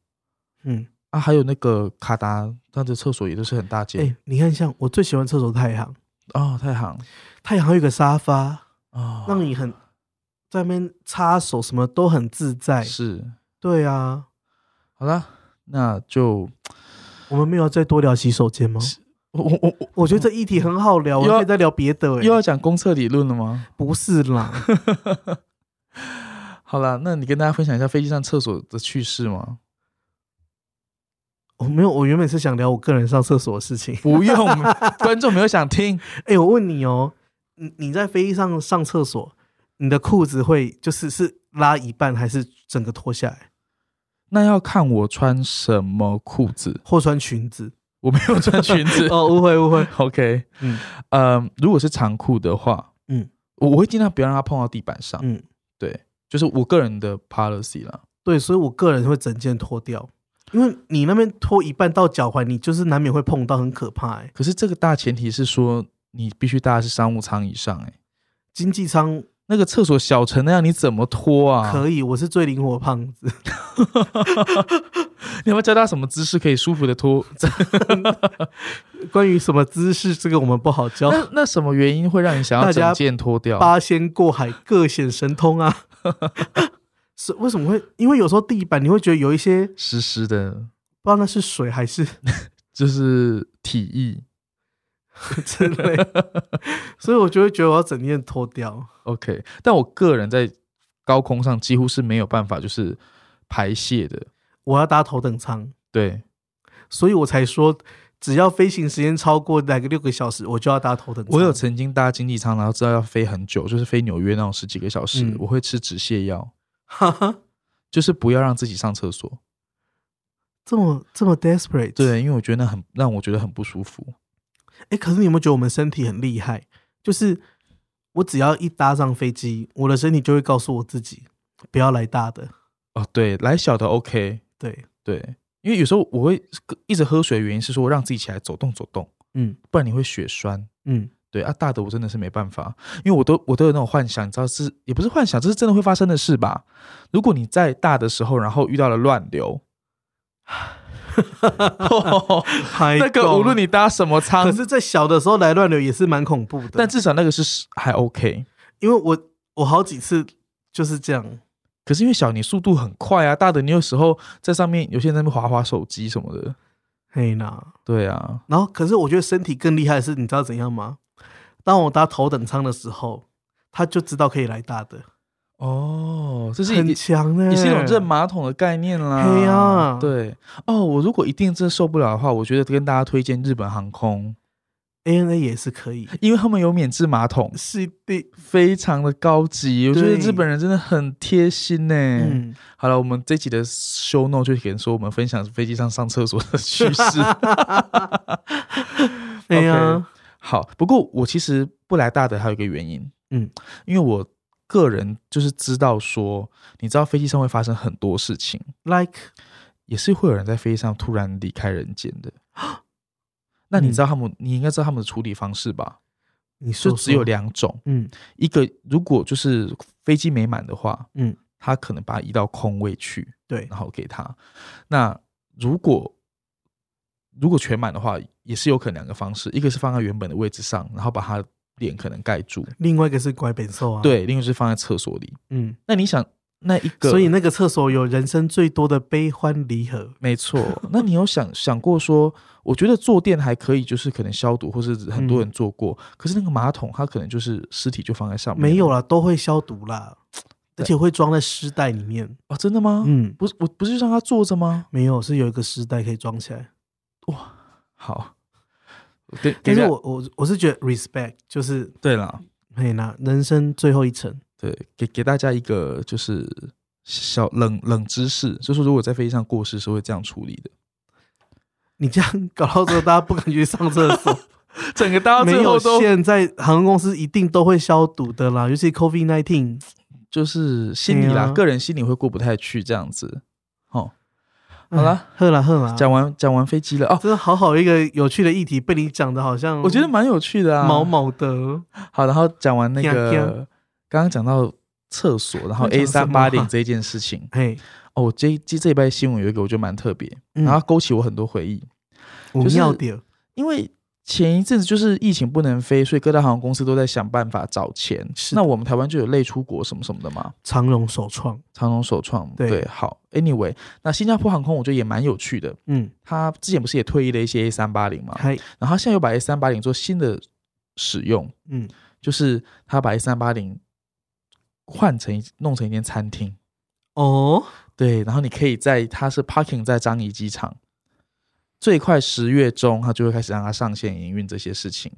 Speaker 1: 嗯，
Speaker 2: 啊，还有那个卡达它的厕所也都是很大
Speaker 1: 哎、
Speaker 2: 间
Speaker 1: 你看像我最喜欢厕所太行，
Speaker 2: 啊、哦，太行
Speaker 1: 太行有一个沙发，
Speaker 2: 啊，
Speaker 1: 让你很在那边擦手什么都很自在，
Speaker 2: 是
Speaker 1: 对啊。
Speaker 2: 好啦，那就
Speaker 1: 我们没有再多聊洗手间吗？
Speaker 2: 我我我我
Speaker 1: 我觉得这议题很好聊，我
Speaker 2: 又要
Speaker 1: 们可以再聊别的、欸。
Speaker 2: 又要讲公厕理论了吗？
Speaker 1: 不是 <laughs> 啦，
Speaker 2: 好啦，那你跟大家分享一下飞机上厕所的趣事吗？
Speaker 1: 我哦没有，我原本是想聊我个人上厕所的事情。
Speaker 2: 不用，观众没有想听。 <laughs>
Speaker 1: 哎、我问你哦、你你在飞机上上厕所，你的裤子会就是是拉一半还是整个脱下来，
Speaker 2: 那要看我穿什么裤子，
Speaker 1: 或穿裙子？
Speaker 2: 我没有穿裙
Speaker 1: <laughs>
Speaker 2: 子。
Speaker 1: 哦，误会误会，
Speaker 2: OK，
Speaker 1: 嗯
Speaker 2: 呃，如果是长裤的话，
Speaker 1: 嗯
Speaker 2: 我，我会尽量不要让它碰到地板上。
Speaker 1: 嗯，
Speaker 2: 对，就是我个人的 policy 啦。
Speaker 1: 对，所以我个人会整件脱掉，因为你那边脱一半到脚踝，你就是难免会碰到，很可怕、欸。
Speaker 2: 可是这个大前提是说，你必须搭的是商务舱以上、欸。哎，
Speaker 1: 经济舱
Speaker 2: 那个厕所小成那样，你怎么脱啊？
Speaker 1: 可以，我是最灵活的胖子。
Speaker 2: 你要不要教他什么姿势可以舒服的脱？
Speaker 1: 关于什么姿势，这个我们不好 <laughs> 教。
Speaker 2: 那那什么原因会让你想要
Speaker 1: 大家
Speaker 2: 整件脱掉？
Speaker 1: 八仙过海，各显神通
Speaker 2: <laughs>
Speaker 1: 啊！是为什么会？因为有时候地板你会觉得有一些不知
Speaker 2: 湿湿的，
Speaker 1: 道那是水还是 <laughs>
Speaker 2: 就是体液。
Speaker 1: 之类的，所以我就会觉得我要整件脱掉。
Speaker 2: OK，但我个人在高空上几乎是没有办法就是排泄的。
Speaker 1: 我要搭头等舱，
Speaker 2: 对，
Speaker 1: 所以我才说，只要飞行时间超过哪个六个小时，我就要搭头等舱。
Speaker 2: 我有曾经搭经济舱，然后知道要飞很久，就是飞纽约那种十几个小时，
Speaker 1: 嗯
Speaker 2: 我会吃止泻 <laughs> 药，
Speaker 1: 哈哈，
Speaker 2: 就是不要让自己上厕所。
Speaker 1: 这么这么 desperate。，
Speaker 2: 对，因为我觉得那很让我觉得很不舒服。
Speaker 1: 哎，可是你有没有觉得我们身体很厉害？就是我只要一搭上飞机，我的身体就会告诉我自己，不要来大的。
Speaker 2: 哦，对，来小的 OK，
Speaker 1: 对，
Speaker 2: 对，因为有时候我会一直喝水，的原因是说让自己起来走动走动，
Speaker 1: 嗯
Speaker 2: 不然你会血栓。
Speaker 1: 嗯，
Speaker 2: 对啊，大的我真的是没办法，因为我都我都有那种幻想，你知道是也不是幻想，这是真的会发生的事吧？如果你在大的时候，然后遇到了乱
Speaker 1: <laughs>
Speaker 2: 流，那
Speaker 1: 那
Speaker 2: 个无论你搭什么
Speaker 1: 可
Speaker 2: 舱，
Speaker 1: 是，在小的时候来乱流也是蛮恐怖的。
Speaker 2: 但至少那个是还 OK。
Speaker 1: 因为我我好几次就是这样，
Speaker 2: 可是因为小你速度很快啊，大的你有时候在上面，有些人在那边滑滑手机什么的。
Speaker 1: 嘿啦。
Speaker 2: 对啊，
Speaker 1: 然后，可是我觉得身体更厉害的是，你知道怎样吗？当我搭头等舱的时候，他就知道可以来大的，
Speaker 2: 哦，这是
Speaker 1: 很
Speaker 2: 也
Speaker 1: 强呢、
Speaker 2: 也是一种认马桶的概念啦。
Speaker 1: 嘿呀
Speaker 2: 对哦，我如果一定真的受不了的话，我觉得跟大家推荐日本航空，
Speaker 1: ANA 也是可
Speaker 2: <laughs>
Speaker 1: 以，
Speaker 2: 因为他们有免治马桶。
Speaker 1: 是的，
Speaker 2: 非常的高级，我觉得
Speaker 1: 对
Speaker 2: 日本人真的很贴心呢、
Speaker 1: 嗯，
Speaker 2: 好了，我们这集的 show note 就给人说我们分享飞机上上厕所的趣
Speaker 1: <laughs>
Speaker 2: 事。
Speaker 1: 对啊呀、
Speaker 2: 好，不过我其实不来大的还有一个原因，
Speaker 1: 嗯，
Speaker 2: 因为我个人就是知道说，你知道飞机上会发生很多事情，
Speaker 1: l i k e
Speaker 2: 也是会有人在飞机上突然离开人间
Speaker 1: <gasps>
Speaker 2: 的。那你知道他们，你应该知道他们的处理方式吧？
Speaker 1: 你说
Speaker 2: 就
Speaker 1: 说
Speaker 2: 只有，两种，
Speaker 1: 嗯
Speaker 2: 一个如果就是飞机没满的话，
Speaker 1: 嗯，
Speaker 2: 他可能把它移到空位去，
Speaker 1: 对，
Speaker 2: 然后给他。那如果如果全满的话，也是有可能两个方式，一个是放在原本的位置上，然后把他脸可能盖住，
Speaker 1: 另外一个是拐本兽啊，，
Speaker 2: 对；，另一个是放在厕所里。
Speaker 1: 嗯，
Speaker 2: 那你想，那一个，
Speaker 1: 所以那个厕所有人生最多的悲欢离合，
Speaker 2: 没错，那你有想想过说，我觉得坐垫还可以，就是可能消毒，或是很
Speaker 1: 嗯
Speaker 2: 多人坐过，可是那个马桶它可能就是尸体就放在上面，
Speaker 1: 没有啦，都会消毒啦，而且会装在湿袋里面，
Speaker 2: 啊？真的吗？
Speaker 1: 嗯，
Speaker 2: 不是，我不是让他坐着吗？
Speaker 1: 没有，是有一个湿袋可以装起来。
Speaker 2: 好，给
Speaker 1: 但
Speaker 2: 给
Speaker 1: 是
Speaker 2: 大家
Speaker 1: 我我我是觉得 respect 就是
Speaker 2: 对了。
Speaker 1: 嘿啦，人生最后一程，
Speaker 2: 对，给给大家一个就是小冷冷知识，就是如果在飞机上过世是会这样处理的，
Speaker 1: 你这样搞到之后，大家不敢去上厕
Speaker 2: <laughs>
Speaker 1: 所。
Speaker 2: 整个大家
Speaker 1: 没
Speaker 2: 最
Speaker 1: 有，
Speaker 2: 后都
Speaker 1: 现在航空公司一定都会消毒的啦，尤其 COVID nineteen。
Speaker 2: 就是心里
Speaker 1: 对
Speaker 2: 啦，
Speaker 1: 啊
Speaker 2: 个人心里会过不太去这样子。哦，好啦，
Speaker 1: 嗯喝啦喝啦，
Speaker 2: 讲完讲完飞机了哦，
Speaker 1: 真的好好一个有趣的议题，被你讲的好像
Speaker 2: 我觉得蛮有趣的啊。
Speaker 1: 毛啊毛的。
Speaker 2: 好，然后讲完那
Speaker 1: 呀呀
Speaker 2: 个刚刚讲到厕所，然后
Speaker 1: 讲
Speaker 2: A
Speaker 1: 什
Speaker 2: 三
Speaker 1: 么啊
Speaker 2: 八零这件事情
Speaker 1: 嘿，
Speaker 2: 哦，我这这这一拜新闻有一个我觉得蛮特别，
Speaker 1: 嗯
Speaker 2: 然后勾起我很多回忆。
Speaker 1: 我
Speaker 2: 就是
Speaker 1: 妙点，
Speaker 2: 因为前一阵子就是疫情不能飞，所以各大航空公司都在想办法找钱。
Speaker 1: 是
Speaker 2: 那我们台湾就有类出国什么什么的嘛，
Speaker 1: 长荣首创，
Speaker 2: 长荣首创
Speaker 1: 对
Speaker 2: 好，anyway，那新加坡航空我觉得也蛮有趣的，
Speaker 1: 嗯，
Speaker 2: 它之前不是也退役了一些 A 三八零嘛，
Speaker 1: 嗨，
Speaker 2: 然后它现在又把 A 三八零做新的使用，
Speaker 1: 嗯，
Speaker 2: 就是它把 A 三八零换成一弄成一间餐厅，
Speaker 1: 哦，
Speaker 2: 对，然后你可以在它是 parking 在樟宜机场，最快十月中它就会开始让它上线营运这些事情。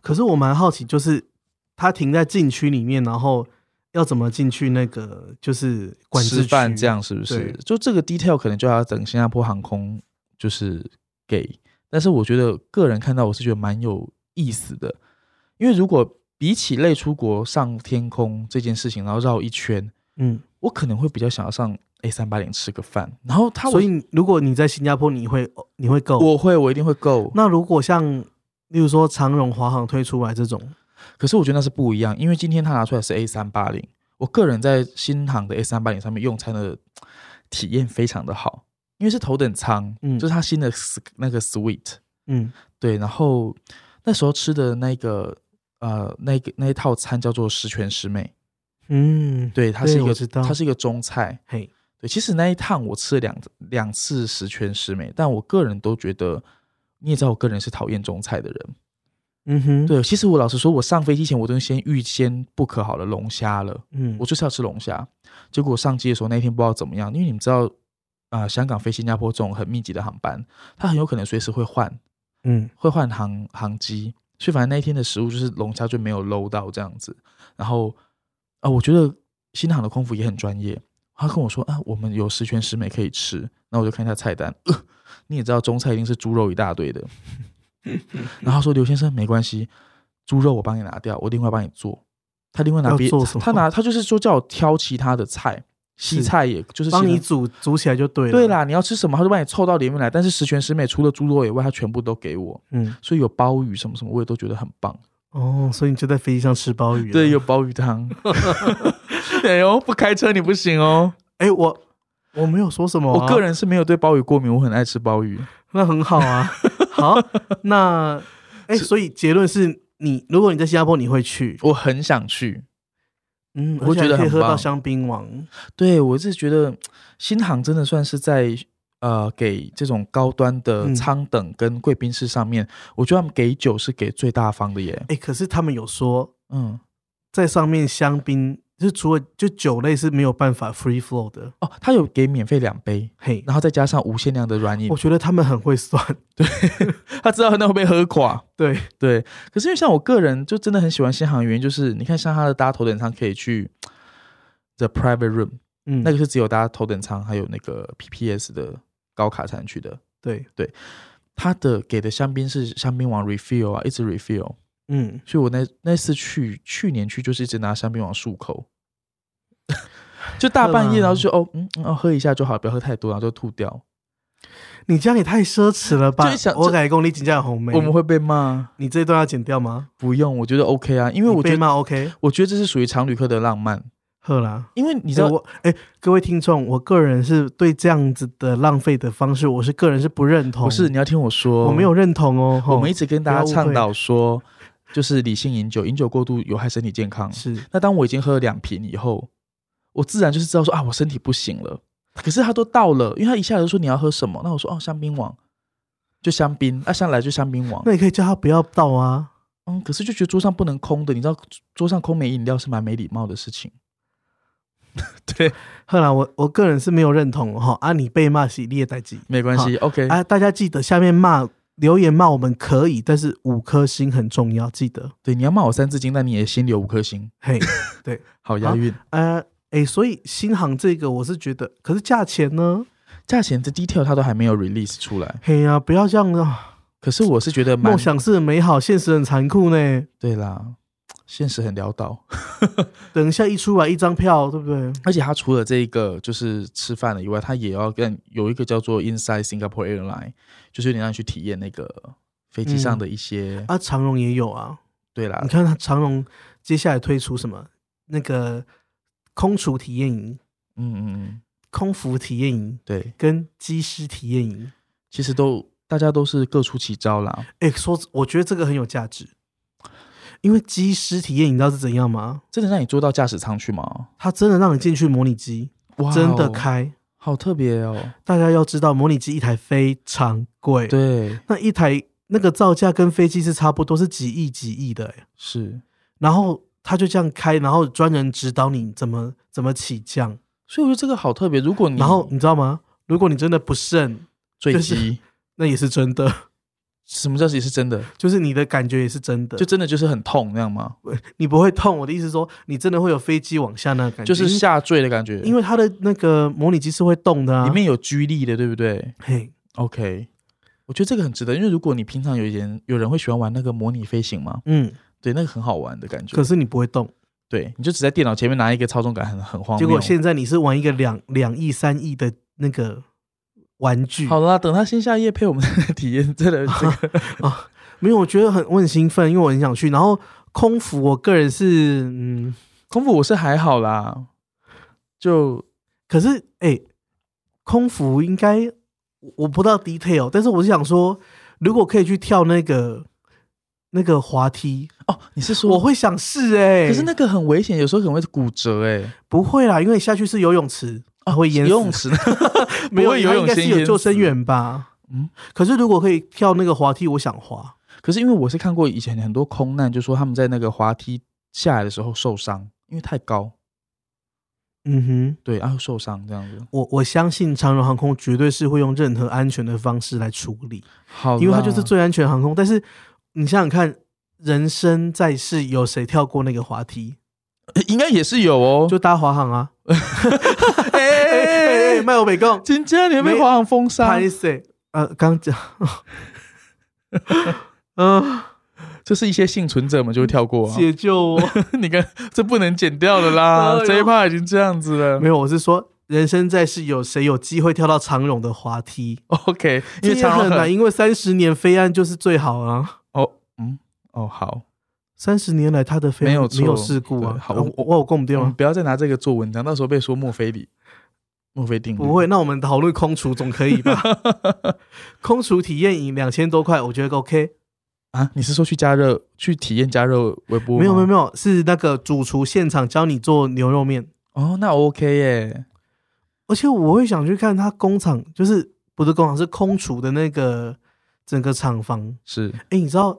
Speaker 1: 可是我蛮好奇，就是它停在禁区里面，然后要怎么进去那个就是管制
Speaker 2: 吃
Speaker 1: 区
Speaker 2: 饭这？样是不是
Speaker 1: 对？
Speaker 2: 就这个 detail 可能就要等新加坡航空就是给，但是我觉得个人看到我是觉得蛮有意思的，因为如果比起类出国上天空这件事情，然后绕一圈，
Speaker 1: 嗯，
Speaker 2: 我可能会比较想要上 A 三八零吃个饭，然后他
Speaker 1: 所以你如果你在新加坡，你会哦你会够。
Speaker 2: 我会我一定会够，
Speaker 1: 那如果像例如说长荣、华航推出来这种，
Speaker 2: 可是我觉得那是不一样，因为今天他拿出来是 A 三八零，我个人在新航的 A 三八零上面用餐的体验非常的好。因为是头等舱，
Speaker 1: 嗯
Speaker 2: 就是它新的 s- 那个 suite，
Speaker 1: 嗯
Speaker 2: 对，然后那时候吃的那个呃那个那一套餐叫做十全十美，
Speaker 1: 嗯，
Speaker 2: 对，它是
Speaker 1: 对
Speaker 2: 一
Speaker 1: 我
Speaker 2: 个
Speaker 1: 知道
Speaker 2: 它是一个中菜，
Speaker 1: 嘿，
Speaker 2: 对，其实那一趟我吃了两两次十全十美，但我个人都觉得，你也知道，我个人是讨厌中菜的人。
Speaker 1: 嗯哼，，
Speaker 2: 对，其实我老实说，我上飞机前我都先预先 book 好了龙虾了，
Speaker 1: 嗯，
Speaker 2: 我就是要吃龙虾。结果我上机的时候那一天不知道怎么样，因为你们知道，啊、香港飞新加坡这种很密集的航班，它很有可能随时会换，
Speaker 1: 嗯
Speaker 2: 会换航航机，所以反正那一天的食物就是龙虾就没有搂到这样子。然后啊、我觉得新航的空服也很专业，他跟我说啊，我们有十全十美可以吃。那我就看一下菜单，呃、你也知道中菜一定是猪肉一大堆的。 <laughs> 然后他说刘先生没关系，猪肉我帮你拿掉，我另外帮你做。他另外拿
Speaker 1: 要
Speaker 2: 别
Speaker 1: 做什么
Speaker 2: 他拿他就是说叫我挑其他的菜，西
Speaker 1: 是
Speaker 2: 菜也就是
Speaker 1: 帮
Speaker 2: 其他
Speaker 1: 你煮煮起来就对了，
Speaker 2: 对，啦，你要吃什么他就帮你凑到里面来。但是十全十美除了猪肉以外，他全部都给我。
Speaker 1: 嗯，
Speaker 2: 所以有鲍鱼什么什么，我也都觉得很棒。
Speaker 1: 哦，所以你就在飞机上吃鲍鱼了，
Speaker 2: 对，有鲍鱼 <laughs> 汤。哎呦，不开车你不行哦。
Speaker 1: 哎，我我没有说什么啊，
Speaker 2: 我个人是没有对鲍鱼过敏，我很爱吃鲍鱼。
Speaker 1: 那很好
Speaker 2: <laughs>
Speaker 1: 啊，好，那哎，所以结论是你，如果你在新加坡，你会去，
Speaker 2: 我很想去。
Speaker 1: 嗯，
Speaker 2: 我
Speaker 1: 而且
Speaker 2: 觉得
Speaker 1: 还可以
Speaker 2: 很
Speaker 1: 喝到
Speaker 2: 棒
Speaker 1: 香槟王，
Speaker 2: 对我是觉得新航真的算是在呃给这种高端的
Speaker 1: 嗯
Speaker 2: 舱等跟贵宾室上面，我觉得他们给酒是给最大方的耶。
Speaker 1: 哎，可是他们有说
Speaker 2: 嗯，
Speaker 1: 在上面香槟就是除了就酒类是没有办法 free flow 的，
Speaker 2: 哦，他有给免费两杯，
Speaker 1: 嘿，
Speaker 2: 然后再加上无限量的软饮
Speaker 1: 我，觉得他们很会算，
Speaker 2: 他知道那会被喝垮。
Speaker 1: 对，
Speaker 2: 对，可是因为像我个人就真的很喜欢新航，原因就是你看像它的搭头等舱可以去 the private room，、
Speaker 1: 嗯，
Speaker 2: 那个是只有搭头等舱还有那个 PPS 的高卡才能去的。
Speaker 1: 对，
Speaker 2: 它的给的香槟是香槟王 refill 啊，一直 refill，
Speaker 1: 嗯，
Speaker 2: 所以我那那次去去年去就是一直拿香槟王漱口， <laughs> 就大半
Speaker 1: 喝
Speaker 2: 夜
Speaker 1: 吗
Speaker 2: 然后就哦嗯嗯哦喝一下就好，不要喝太多，然后就吐掉，
Speaker 1: 你这样也太奢侈了吧
Speaker 2: 就想！
Speaker 1: 我改功力金价红梅，
Speaker 2: 我们会被骂。
Speaker 1: 你这一段要剪掉吗？
Speaker 2: 不用，我觉得 OK 啊，因为
Speaker 1: 你
Speaker 2: 我
Speaker 1: 被
Speaker 2: 觉得
Speaker 1: 骂 OK，
Speaker 2: 我觉得这是属于常旅客的浪漫，
Speaker 1: 喝啦。
Speaker 2: 因为你
Speaker 1: 你
Speaker 2: 知道
Speaker 1: 我哎、各位听众，我个人是对这样子的浪费的方式，我是个人是不认同。
Speaker 2: 不是，，你要听我说，
Speaker 1: 哦我没有，认同哦。吼
Speaker 2: 我们一直跟大家
Speaker 1: 不要误会
Speaker 2: 倡导说，就是理性饮酒，饮酒过度有害身体健康。
Speaker 1: 是
Speaker 2: 那当我已经喝了两瓶以后，我自然就是知道说啊，我身体不行了。可是他都到了，因为他一下子就说你要喝什么，那我说哦，香槟王，就香槟，那、上来就香槟王
Speaker 1: 那。你可以叫他不要倒啊。
Speaker 2: 嗯，可是就觉得桌上不能空的，你知道桌上空没饮料是蛮没礼貌的事情。
Speaker 1: <laughs>
Speaker 2: 对，
Speaker 1: 喝啦，我我个人是没有认同哈、吼啊，你被骂是列代记
Speaker 2: 没关系，OK，、
Speaker 1: 啊，大家记得下面骂留言骂我们可以，但是五颗星很重要，记得
Speaker 2: 对，你要骂我三字经，那你也先留五颗星， <laughs>
Speaker 1: 嘿。
Speaker 2: 好押韵。
Speaker 1: 呃，哎、所以新航这个我是觉得，可是价钱呢？
Speaker 2: 价钱的 detail 它都还没有 release 出来，
Speaker 1: 嘿呀、不要这样啊。
Speaker 2: 可是我是觉得蛮
Speaker 1: 梦想是很美好，现实很残酷呢。
Speaker 2: 对啦，现实很潦倒。
Speaker 1: 等一下一出来一张票，对不对？
Speaker 2: 而且他除了这一个就是吃饭的以外，他也要跟有一个叫做 Inside Singapore Airline，就是有点让你去体验那个飞机上的一些。
Speaker 1: 啊，长荣也有啊。
Speaker 2: 对啦
Speaker 1: 你，看他长荣接下来推出什么？那个空厨体验营、
Speaker 2: 嗯嗯嗯，
Speaker 1: 空服体验营
Speaker 2: 对，
Speaker 1: 跟机师体验营。
Speaker 2: 其实都大家都是各出奇招啦。
Speaker 1: 哎、说我觉得这个很有价值，因为机师体验营你知道是怎样吗？
Speaker 2: 真的让你坐到驾驶舱去吗？
Speaker 1: 它真的让你进去模拟机，
Speaker 2: 哇哦
Speaker 1: 真的开。
Speaker 2: 好特别哦。
Speaker 1: 大家要知道，模拟机一台非常贵，
Speaker 2: 对，
Speaker 1: 那一台那个造价跟飞机是差不多，是几亿几亿的、欸。
Speaker 2: 是。
Speaker 1: 然后他就这样开，然后专人指导你怎么怎么起降。
Speaker 2: 所以我觉得这个好特别。如果你
Speaker 1: 然后你知道吗？如果你真的不慎，
Speaker 2: 坠
Speaker 1: 就是
Speaker 2: 机，
Speaker 1: 那也是真的， <laughs>
Speaker 2: 什么叫也是真的？
Speaker 1: 就是你的感觉也是真的，
Speaker 2: 就
Speaker 1: 就
Speaker 2: 真的就是很痛那样吗？
Speaker 1: <laughs> 你不会痛。我的意思是说，你真的会有飞机往下那个感觉，
Speaker 2: 就是下坠的感觉，
Speaker 1: 因为因为它的那个模拟机是会动的啊。
Speaker 2: 里面有居力的，对不对
Speaker 1: 嘿，
Speaker 2: ？OK，我觉得这个很值得，因为如果你平常有人有人会喜欢玩那个模拟飞行嘛，
Speaker 1: 嗯，
Speaker 2: 对，那个很好玩的感觉
Speaker 1: 可。是你不会动。
Speaker 2: 对，你就只在电脑前面拿一个操纵杆很，很荒
Speaker 1: 结
Speaker 2: 谬。
Speaker 1: 果现在你是玩一个两两亿三亿的那个玩具，
Speaker 2: 好啦，等他线下夜配我们体验这
Speaker 1: <laughs>
Speaker 2: 个这个，
Speaker 1: 没有，我觉得很我很兴奋，因为我很想去。然后空服，我个人是嗯。
Speaker 2: 空腹我是还好啦，就
Speaker 1: 可是，哎、空服应该我我不知道 detail，但是我是想说，如果可以去跳那个那个滑梯，
Speaker 2: 哦，你是
Speaker 1: 我
Speaker 2: 说？
Speaker 1: 会想试哎、
Speaker 2: 可是那个很危险，有时候可能会骨折哎、
Speaker 1: 不会啦，因为下去是游泳池，
Speaker 2: 啊
Speaker 1: 会淹
Speaker 2: 游
Speaker 1: 死
Speaker 2: 泳池
Speaker 1: 没
Speaker 2: 不
Speaker 1: 有
Speaker 2: 会游
Speaker 1: 它应
Speaker 2: 泳
Speaker 1: 该
Speaker 2: 先
Speaker 1: 是
Speaker 2: 淹
Speaker 1: 有
Speaker 2: 死
Speaker 1: 救生员吧？
Speaker 2: 嗯
Speaker 1: 嗯，可是如果可以跳那个滑梯，我想滑。
Speaker 2: <laughs> 可是因为我是看过以前很多空难，就说他们在那个滑梯下来的时候受伤，因为太高，
Speaker 1: 嗯哼，
Speaker 2: 对，然、后受伤这样子。
Speaker 1: 我我相信长荣航空绝对是会用任何安全的方式来处理，
Speaker 2: 好啦，
Speaker 1: 因为它就是最安全的航空。但是你想想看，人生在世，有谁跳过那个滑梯？
Speaker 2: 应该也是有哦。
Speaker 1: <laughs>
Speaker 2: <laughs>
Speaker 1: 就搭华航啊！
Speaker 2: 哎
Speaker 1: 哎哎 <laughs> 哎，麦有北
Speaker 2: <laughs>
Speaker 1: 贡，
Speaker 2: 金佳，你会被
Speaker 1: 没
Speaker 2: 华航封杀
Speaker 1: 拍，谁？呃，刚
Speaker 2: <laughs>
Speaker 1: 讲， <laughs> 嗯，
Speaker 2: 这是一些幸存者们就会跳过啊。
Speaker 1: 解救我！
Speaker 2: <laughs> 你看，这不能剪掉的
Speaker 1: <laughs> 哎，
Speaker 2: 啦
Speaker 1: 呦
Speaker 2: 这一趴已经这样子了
Speaker 1: 没。有，我是说，人生在世，有谁有机会跳到长荣的滑梯？
Speaker 2: OK，因
Speaker 1: 这也
Speaker 2: 为长
Speaker 1: 很
Speaker 2: 荣
Speaker 1: 难，
Speaker 2: 很
Speaker 1: 因为三十年飞安就是最好啊。
Speaker 2: 哦，嗯，哦，好，
Speaker 1: 三十年来，他的飞安
Speaker 2: 没有错
Speaker 1: 没有事故啊
Speaker 2: 对。好
Speaker 1: 啊
Speaker 2: 我嗯
Speaker 1: 我我有跟我们电
Speaker 2: 我们
Speaker 1: 吗？
Speaker 2: 不要再拿这个做文章，到时候被说墨菲里，墨菲定律
Speaker 1: 不会，。那我们讨论空厨总可以
Speaker 2: <laughs>
Speaker 1: 吧？空厨体验营两千多块，我觉得 OK。
Speaker 2: 啊？你是说去加热去体验加热微波吗？
Speaker 1: 没有没有没有，是那个主厨现场教你做牛肉面，
Speaker 2: 哦，那 OK 耶。
Speaker 1: 而且我会想去看他工厂，就是不是工厂，是空厨的那个整个厂房。
Speaker 2: 是
Speaker 1: 哎，你知道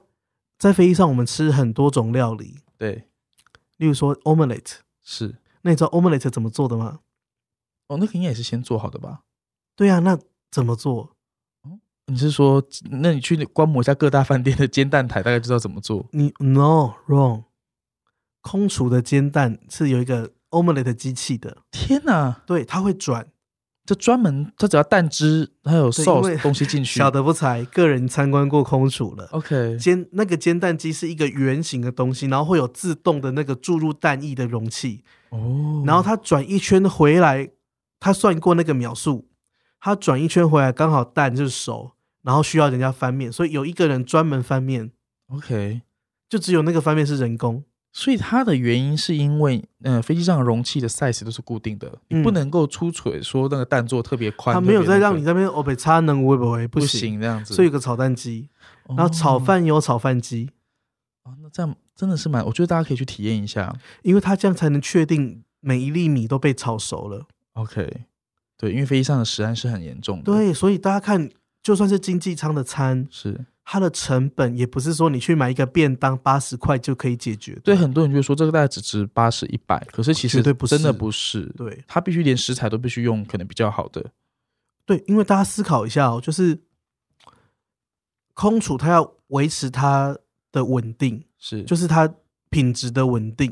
Speaker 1: 在飞机上我们吃很多种料理，
Speaker 2: 对，
Speaker 1: 例如说 omelette，
Speaker 2: 是
Speaker 1: 那你知道 omelette 怎么做的吗？
Speaker 2: 哦，那个应该也是先做好的吧？
Speaker 1: 对啊，那怎么做？
Speaker 2: 你是说，那你去观摩一下各大饭店的煎蛋台，大概知道怎么做？
Speaker 1: 你 no wrong，空厨的煎蛋是有一个 omelette 机器的，
Speaker 2: 天哪，
Speaker 1: 对，它会转。
Speaker 2: 这专门它只要蛋汁还有
Speaker 1: 对
Speaker 2: sauce
Speaker 1: 因为
Speaker 2: 东西进
Speaker 1: <laughs>
Speaker 2: 去
Speaker 1: 小的不才，个人参观过空厨了。
Speaker 2: ，OK，
Speaker 1: 煎那个煎蛋机是一个圆形的东西，然后会有自动的那个注入蛋液的容器，
Speaker 2: 哦，
Speaker 1: 然后它转一圈回来，它算过那个秒数，它转一圈回来刚好蛋就是熟，然后需要人家翻面，所以有一个人专门翻面，
Speaker 2: OK，
Speaker 1: 就只有那个翻面是人工。
Speaker 2: 所以它的原因是因为，呃，飞机上的容器的 size 都是固定的，你不
Speaker 1: 嗯
Speaker 2: 能够出腿说那个蛋做特别宽，
Speaker 1: 它没有
Speaker 2: 特别
Speaker 1: 在让
Speaker 2: 那
Speaker 1: 你
Speaker 2: 个
Speaker 1: 那边哦北差能会不会不
Speaker 2: 不
Speaker 1: 行，
Speaker 2: 行这样子，
Speaker 1: 所以有个炒蛋机，
Speaker 2: 然
Speaker 1: 然后炒饭也有炒饭机，
Speaker 2: 哦，那这样真的是蛮，我觉得大家可以去体验一下。
Speaker 1: 因为它这样才能确定每一粒米都被炒熟了。
Speaker 2: OK，对，因为飞机上的食安是很严重的，，
Speaker 1: 对，所以大家看，就算是经济舱的餐，
Speaker 2: 是
Speaker 1: 它的成本也不是说你去买一个便当八十块就可以解决的。
Speaker 2: 对很多人就会说这个大概只值八十一百，可是其实
Speaker 1: 哦绝对不
Speaker 2: 真的
Speaker 1: 是
Speaker 2: 不是，
Speaker 1: 对
Speaker 2: 它必须连食材都必须用可能比较好的，
Speaker 1: 对，因为大家思考一下哦，就是空厨它要维持它的稳定，
Speaker 2: 是
Speaker 1: 就是它品质的稳定。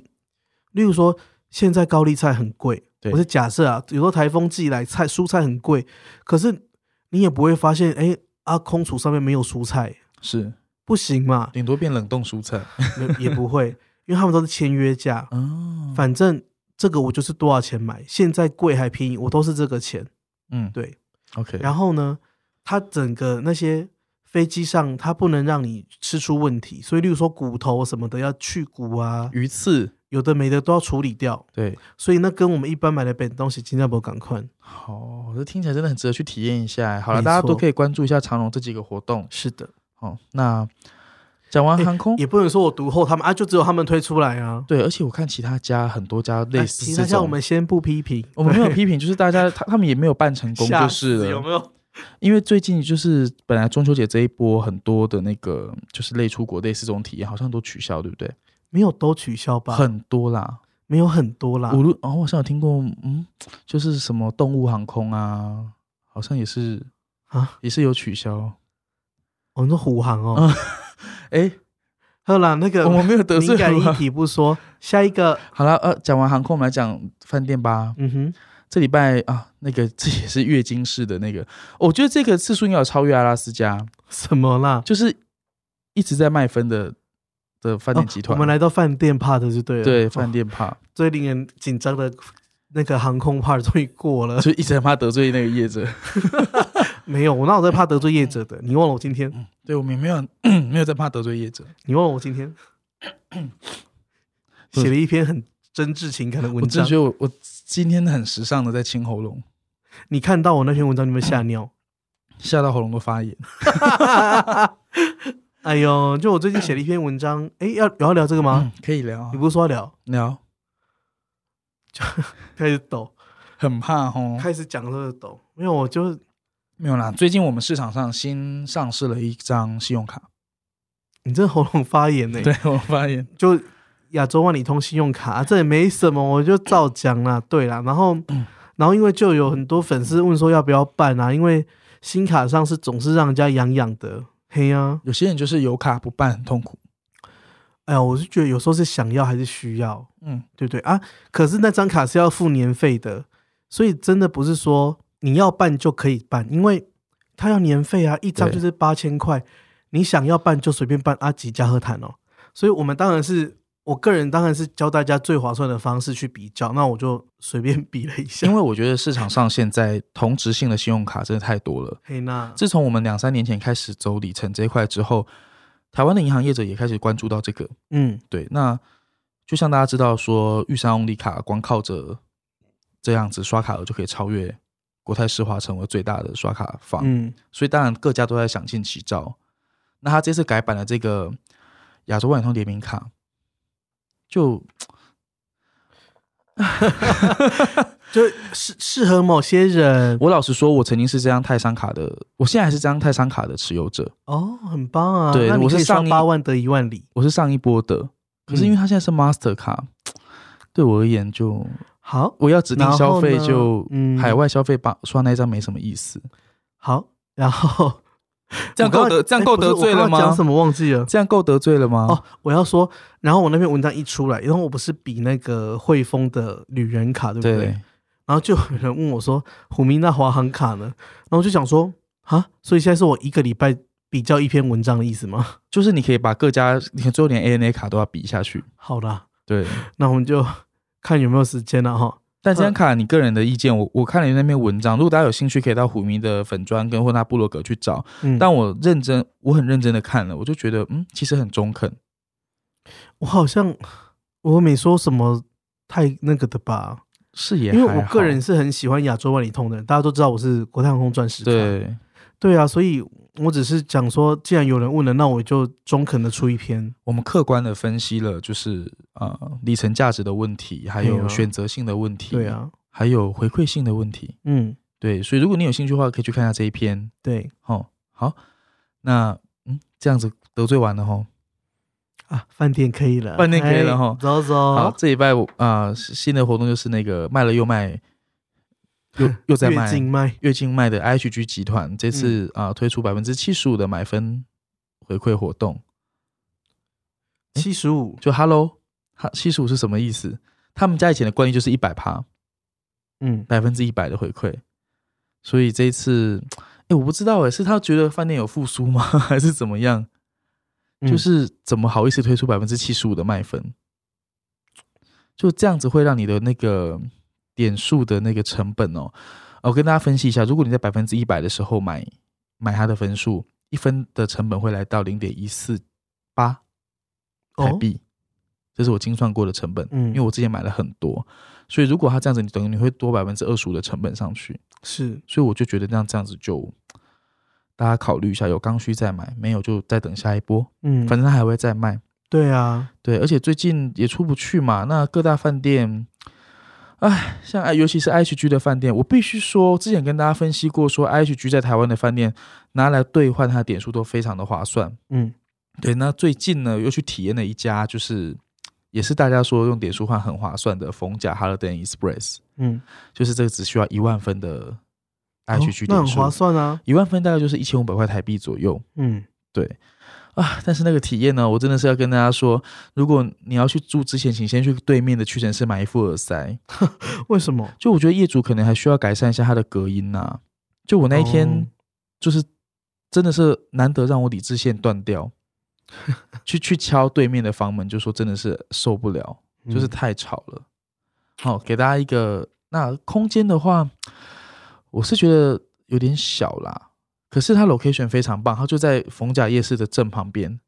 Speaker 1: 例如说，现在高丽菜很贵，
Speaker 2: 对
Speaker 1: 我是假设啊，有时候台风季来，菜蔬菜很贵，可是你也不会发现，哎啊，空厨上面没有蔬菜，
Speaker 2: 是
Speaker 1: 不行嘛，
Speaker 2: 顶多变冷冻蔬菜
Speaker 1: 没也不会，因为他们都是签约价，
Speaker 2: 哦，
Speaker 1: 反正这个我就是多少钱买，现在贵还便宜，我都是这个钱。
Speaker 2: 嗯，
Speaker 1: 对，
Speaker 2: ，OK，
Speaker 1: 然后呢，它整个那些飞机上，它不能让你吃出问题，所以例如说骨头什么的要去骨啊，
Speaker 2: 鱼刺，
Speaker 1: 有的没的都要处理掉，
Speaker 2: 对，
Speaker 1: 所以那跟我们一般买的本东西，新加坡赶快。
Speaker 2: 好，这听起来真的很值得去体验一下。好了，
Speaker 1: 没
Speaker 2: 大家都
Speaker 1: 错
Speaker 2: 可以关注一下长荣这几个活动。
Speaker 1: 是的，
Speaker 2: 好，那讲完
Speaker 1: 哎
Speaker 2: 航空，
Speaker 1: 也不能说我读后他们啊，就只有他们推出来啊。
Speaker 2: 对，而且我看其他家很多家类似
Speaker 1: 哎其
Speaker 2: 这
Speaker 1: 他像
Speaker 2: 种，
Speaker 1: 我们先不批评，
Speaker 2: 我们没有批评，就是大家他他们也没有
Speaker 1: <laughs>
Speaker 2: 办成功
Speaker 1: 吓
Speaker 2: 就是
Speaker 1: 死有
Speaker 2: 了。
Speaker 1: 没有？
Speaker 2: 因为最近就是本来中秋节这一波很多的那个就是类出国类似这种体验好像都取消，对不对？
Speaker 1: 没有都取消吧？
Speaker 2: 很多啦，
Speaker 1: 没有很多啦，
Speaker 2: 无论哦，我好像有听过，嗯，就是什么动物航空啊，好像也是
Speaker 1: 啊，
Speaker 2: 也是有取消。
Speaker 1: 我们说虎航哦，
Speaker 2: 嗯哎，
Speaker 1: <laughs> 好啦，那个
Speaker 2: <laughs> 我们没有得罪
Speaker 1: 敏感
Speaker 2: 虎
Speaker 1: 议 <laughs>
Speaker 2: 航
Speaker 1: 题不说，下一个，
Speaker 2: 好了，呃，讲完航空，我们来讲饭店吧。
Speaker 1: 嗯哼，
Speaker 2: 这礼拜啊，那个这也是月经式的那个，我觉得这个次数应该有超越阿拉斯加，
Speaker 1: 什么啦？
Speaker 2: 就是一直在卖分的的饭店集
Speaker 1: 哦
Speaker 2: 团。
Speaker 1: 我们来到饭店 part 就对了，
Speaker 2: 对
Speaker 1: 哦
Speaker 2: 饭店怕，
Speaker 1: 最令人紧张的那个航空 part 终于过
Speaker 2: <laughs>
Speaker 1: 了， <laughs>
Speaker 2: 就一直在怕得罪那个业者。
Speaker 1: 没有，我哪有在怕得罪业者的？你忘了我今天，
Speaker 2: 对我们也没有 <clears throat> 没有在怕得罪业者，
Speaker 1: 你忘了我今天写了一篇很真挚情感的
Speaker 2: 我
Speaker 1: 文
Speaker 2: 真
Speaker 1: 章
Speaker 2: 的觉，得我我今天很时尚的在清喉咙，
Speaker 1: 你看到我那篇文章，你有没有吓尿？ <laughs>
Speaker 2: 吓到喉咙都发炎。
Speaker 1: 哎呦，就我最近写了一篇文章，哎，要有要聊这个吗？
Speaker 2: 嗯，可以聊啊
Speaker 1: 你，不是说要聊？
Speaker 2: 聊，
Speaker 1: 开始抖，
Speaker 2: 很怕哦。
Speaker 1: 开始讲这就抖，没有，我就
Speaker 2: 没有啦，最近我们市场上新上市了一张信用卡，
Speaker 1: 你这喉咙发炎呢、
Speaker 2: 对我发现，
Speaker 1: 就亚洲万里通信用卡、啊这也没什么，我就照讲啦。对啦，然后，
Speaker 2: 嗯
Speaker 1: 然后因为就有很多粉丝问说要不要办啊，因为新卡上是总是让人家痒痒的。嘿呀、
Speaker 2: 有些人就是有卡不办很痛苦。
Speaker 1: 哎呀，我是觉得有时候是想要还是需要，
Speaker 2: 嗯，
Speaker 1: 对不对啊？可是那张卡是要付年费的，所以真的不是说你要办就可以办，因为它要年费啊，一张
Speaker 2: 对
Speaker 1: 就是八千块，你想要办就随便办啊，几家和谈哦。所以我们当然是，我个人当然是教大家最划算的方式去比较，那我就随便比了一下
Speaker 2: 因。为我觉得市场上现在同质性的信用卡真的太多了。
Speaker 1: <laughs> 嘿娜，
Speaker 2: 自从我们两三年前开始走里程这一块之后，台湾的银行业者也开始关注到这个。
Speaker 1: 嗯，
Speaker 2: 对，那就像大家知道说，玉山红利卡光靠着这样子刷卡额就可以超越国泰世华，成为最大的刷卡方。
Speaker 1: 嗯，
Speaker 2: 所以当然各家都在想尽其招。那他这次改版了这个亚洲万里通联名卡，就
Speaker 1: 就适适合某些人
Speaker 2: 我老实说，我曾经是这张泰山卡的，我现在还是这张泰山卡的持有者，
Speaker 1: 哦，很棒啊。
Speaker 2: 对
Speaker 1: 那你
Speaker 2: 我
Speaker 1: 可
Speaker 2: 是
Speaker 1: 以
Speaker 2: 上
Speaker 1: 上
Speaker 2: 一
Speaker 1: 八万得一万里。
Speaker 2: 我是上一波的。可
Speaker 1: 嗯
Speaker 2: 是因为他现在是 Master 卡，对我而言就
Speaker 1: 好，
Speaker 2: 我要指定消费
Speaker 1: 然后呢
Speaker 2: 就
Speaker 1: 嗯
Speaker 2: 海外消费把刷那一张没什么意思，
Speaker 1: 好，然后。
Speaker 2: 这样够
Speaker 1: 我刚
Speaker 2: 得
Speaker 1: 刚
Speaker 2: 这样够
Speaker 1: 哎不是
Speaker 2: 得罪
Speaker 1: 我
Speaker 2: 了
Speaker 1: 刚刚讲
Speaker 2: 吗
Speaker 1: 什？么忘记了？
Speaker 2: 这样够得罪了吗？
Speaker 1: 哦，我要说，然后我那篇文章一出来，然后我不是比那个汇丰的旅人卡，对不对？
Speaker 2: 对，
Speaker 1: 然后就有人问我说：“虎明那华航卡呢？”然后我就想说：“啊，所以现在是我一个礼拜比较一篇文章的意思吗 <laughs>
Speaker 2: 就是你可以把各家，你看最后连 ANA 卡都要比下去，？”
Speaker 1: 好啦，
Speaker 2: 对。
Speaker 1: 那我们就看有没有时间了哈。
Speaker 2: 但这张卡，你个人的意见，我我看了你那篇文章，如果大家有兴趣，可以到虎迷的粉砖跟或他部落格去找。
Speaker 1: 嗯，
Speaker 2: 但我认真，我很认真的看了，我就觉得，嗯，其实很中肯。
Speaker 1: 我好像我没说什么太那个的吧，
Speaker 2: 是也
Speaker 1: 因为
Speaker 2: 还
Speaker 1: 我
Speaker 2: 好
Speaker 1: 个人是很喜欢亚洲万里通的人，大家都知道我是国泰航空钻石卡。
Speaker 2: 对，
Speaker 1: 对啊，所以我只是讲说，既然有人问了，那我就中肯的出一篇。
Speaker 2: 我们客观的分析了，就是呃里程价值的问题，还
Speaker 1: 对
Speaker 2: 有
Speaker 1: 啊
Speaker 2: 选择性的问题，
Speaker 1: 对，啊，
Speaker 2: 还有回馈性的问题。
Speaker 1: 嗯，
Speaker 2: 对，所以如果你有兴趣的话，可以去看一下这一篇。
Speaker 1: 对
Speaker 2: 哦，好，那嗯这样子得罪完了吼。
Speaker 1: 啊，饭店可以了，
Speaker 2: 饭店可以了吼
Speaker 1: 哎走走，
Speaker 2: 好，这礼拜我啊、呃新的活动就是那个卖了又卖，又
Speaker 1: <laughs>
Speaker 2: 又在
Speaker 1: 越
Speaker 2: 卖嗯
Speaker 1: 境嗯卖，
Speaker 2: 月经卖的 IHG 集团这次啊、推出百分之七十五的买分回馈活动，诶
Speaker 1: 七十五，
Speaker 2: 就 Hello，哈七十五是什么意思？他们家以前的惯例就是一百趴，
Speaker 1: 嗯，
Speaker 2: 百分之一百的回馈，所以这一次，哎、我不知道哎、是他觉得饭店有复苏吗， <laughs> 还是怎么样？
Speaker 1: 嗯
Speaker 2: 就是怎么好意思推出百分之七十五的卖分？就这样子会让你的那个点数的那个成本哦，呃我跟大家分析一下，如果你在百分之一百的时候买买它的分数，一分的成本会来到零点一四八台
Speaker 1: 哦，
Speaker 2: 币，这是我精算过的成本。
Speaker 1: 嗯
Speaker 2: 因为我之前买了很多，所以如果它这样子，你等于你会多百分之二十五的成本上去，
Speaker 1: 是
Speaker 2: 所以我就觉得那样这样子就大家考虑一下，有刚需再买，没有就再等下一波，
Speaker 1: 嗯，
Speaker 2: 反正它还会再卖。
Speaker 1: 对啊，
Speaker 2: 对，而且最近也出不去嘛，那各大饭店，唉，像尤其是 IHG 的饭店，我必须说，之前跟大家分析过说 IHG 在台湾的饭店拿来兑换它的点数都非常的划算。
Speaker 1: 嗯
Speaker 2: 对，那最近呢又去体验了一家，就是也是大家说用点数换很划算的逢甲 Holiday Express，
Speaker 1: 嗯，
Speaker 2: 就是这个只需要一万分的
Speaker 1: 哦
Speaker 2: IHG
Speaker 1: 那
Speaker 2: 点
Speaker 1: 很划
Speaker 2: 数，
Speaker 1: 算啊，
Speaker 2: 一、万分大概就是一千五百块台币左右。
Speaker 1: 嗯，
Speaker 2: 对啊，但是那个体验呢，我真的是要跟大家说，如果你要去住之前，请先去对面的屈臣氏买一副耳塞。
Speaker 1: 为什么？
Speaker 2: 就我觉得业主可能还需要改善一下他的隔音呐、就我那一天、
Speaker 1: 哦
Speaker 2: 就是真的是难得让我理智线断掉，去去敲对面的房门，就说真的是受不了，就是
Speaker 1: 嗯
Speaker 2: 太吵了。好，给大家一个那空间的话，我是觉得有点小啦，可是它 location 非常棒，它就在逢甲夜市的正旁边，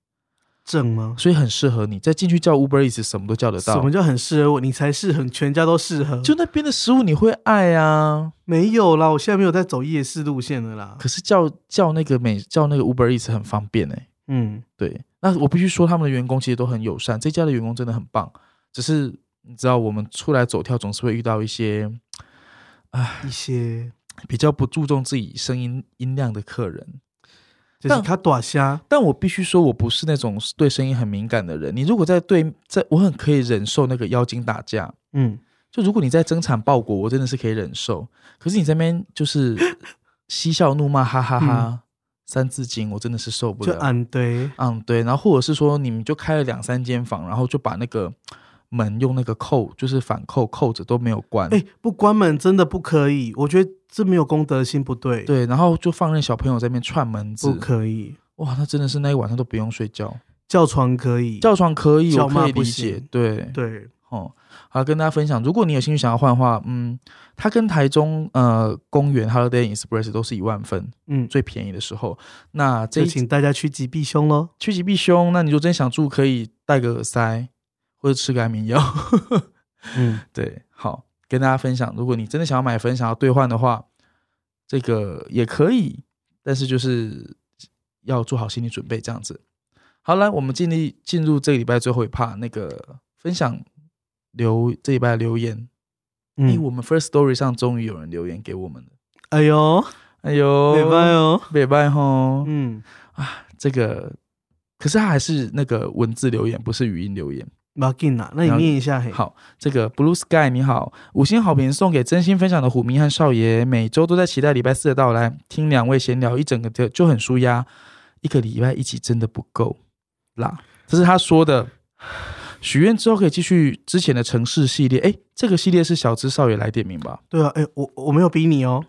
Speaker 1: 证吗？
Speaker 2: 所以很适合你。再进去叫 Uber Eats，什么都叫得
Speaker 1: 什
Speaker 2: 到
Speaker 1: 么。叫很适合我？你才适合，全家都适合。
Speaker 2: 就那边的食物你会爱啊，
Speaker 1: 没有啦，我现在没有在走夜市路线了啦。
Speaker 2: 可是叫叫那个美叫那个 Uber Eats 很方便哎、
Speaker 1: 嗯，
Speaker 2: 对，那我必须说他们的员工其实都很友善，这家的员工真的很棒。只是你知道，我们出来走跳总是会遇到一些
Speaker 1: 一些
Speaker 2: 比较不注重自己声音音量的客人。
Speaker 1: 就是
Speaker 2: 但
Speaker 1: 他短虾，
Speaker 2: 但我必须说，我不是那种对声音很敏感的人。你如果在对，在我很可以忍受那个妖精打架。
Speaker 1: 嗯，
Speaker 2: 就如果你在争产报国，我真的是可以忍受。可是你这边就是
Speaker 1: <laughs>
Speaker 2: 嬉笑怒骂，哈哈哈，三字经，我真的是受
Speaker 1: 嗯
Speaker 2: 不
Speaker 1: 就啊
Speaker 2: 了。
Speaker 1: 俺对，
Speaker 2: 嗯，对，然后或者是说你们就开了两三间房，然后就把那个门用那个扣，就是反扣扣着都没有关，
Speaker 1: 哎、不关门真的不可以，我觉得这没有公德心，不对，
Speaker 2: 对，然后就放任小朋友在那边串门
Speaker 1: 不
Speaker 2: 子，
Speaker 1: 可以。
Speaker 2: 哇，那真的是那一晚上都不用睡觉，
Speaker 1: 叫床可以，
Speaker 2: 叫床可以，
Speaker 1: 叫
Speaker 2: 我可
Speaker 1: 骂
Speaker 2: 以
Speaker 1: 不
Speaker 2: 理解
Speaker 1: 行，
Speaker 2: 对，
Speaker 1: 对，
Speaker 2: 哦，好，跟大家分享，如果你有兴趣想要换的话，嗯，它跟台中呃公园 Holiday Express 都是一万分
Speaker 1: 嗯，
Speaker 2: 最便宜的时候，那这
Speaker 1: 就
Speaker 2: 一集
Speaker 1: 请大家趋吉避凶喽。
Speaker 2: 趋吉避凶，那你就真想住可以戴个耳塞或者吃个安眠药。 <laughs>
Speaker 1: 嗯，
Speaker 2: 对，好，跟大家分享，如果你真的想要买分，想要兑换的话，这个也可以，但是就是要做好心理准备，这样子。好了，我们尽力进入这个礼拜最后一趴，那个分享留这礼拜的留言。哎、
Speaker 1: 嗯，
Speaker 2: 我们 First Story 上终于有人留言给我们了，
Speaker 1: 哎呦，
Speaker 2: 哎呦，
Speaker 1: 礼拜哦，
Speaker 2: 北拜吼，
Speaker 1: 嗯，
Speaker 2: 这个可是他还是那个文字留言，不是语音留言。
Speaker 1: 马进啦，那你
Speaker 2: 了解
Speaker 1: 念一下嘿，
Speaker 2: 好，这个 Blue Sky 你好，五星好评送给真心分享的虎迷和少爷，每周都在期待礼拜四的到来，听两位闲聊一整个就就很舒压，一个礼拜一集真的不够啦，这是他说的。许愿之后可以继续之前的城市系列，诶，这个系列是小资少爷来点名吧？
Speaker 1: 对啊，哎、我我没有逼你
Speaker 2: <laughs>
Speaker 1: 哦，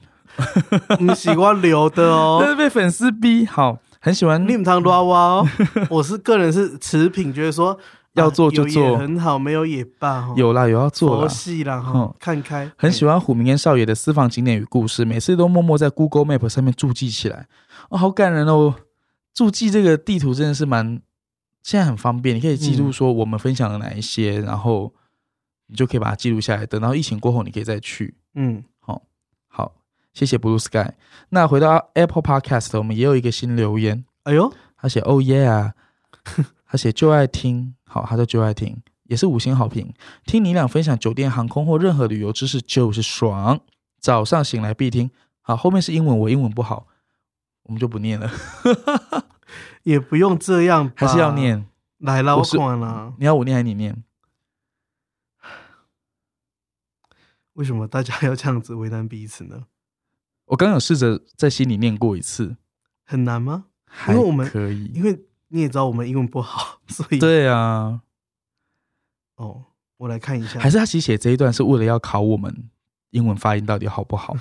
Speaker 1: 你喜欢留的
Speaker 2: 但
Speaker 1: 哦，
Speaker 2: 是被粉丝逼，好，很喜欢
Speaker 1: 你们堂抓哇
Speaker 2: <laughs>
Speaker 1: 哦，我是个人是持平，觉得说
Speaker 2: 要
Speaker 1: 啊
Speaker 2: 做就
Speaker 1: 有也
Speaker 2: 做
Speaker 1: 很好，没有也罢哈，
Speaker 2: 有啦，有要做
Speaker 1: 佛
Speaker 2: 啦。
Speaker 1: 系啦
Speaker 2: 嗯
Speaker 1: 哈，看开，
Speaker 2: 很喜欢虎明跟少爷的私房景点与故事，每次都默默在 Google Map 上面注记起来，哦，好感人哦！注记这个地图真的是蛮，现在很方便，你可以记录说我们分享了哪一些，然后你就可以把它记录下来，等到疫情过后你可以再去。
Speaker 1: 嗯，
Speaker 2: 好，谢谢 Blue Sky。那回到 Apple Podcast，我们也有一个新留言，
Speaker 1: 哎呦，
Speaker 2: 他写 Oh yeah，他写就爱听，好，他就就爱听，也是五星好评。听你俩分享酒店、航空或任何旅游知识就是爽，早上醒来必听。好，后面是英文，我英文不好，我们就
Speaker 1: <laughs>
Speaker 2: 不念了，
Speaker 1: 也不用这样吧，
Speaker 2: 还是要念。
Speaker 1: 来啊啦，
Speaker 2: 我
Speaker 1: 我
Speaker 2: 是
Speaker 1: 啊管啦，
Speaker 2: 你要我念还是你念？
Speaker 1: 为什么大家要这样子为难彼此呢？
Speaker 2: 我刚刚有试着在心里念过一次，
Speaker 1: 很难吗？
Speaker 2: 还
Speaker 1: 因为我们
Speaker 2: 可以。
Speaker 1: 因为你也知道我们英文不好， <laughs> 所以
Speaker 2: 对啊，
Speaker 1: 哦，我来看一下，
Speaker 2: 还是他其实写这一段是为了要考我们英文发音到底好不
Speaker 1: <laughs>
Speaker 2: 好，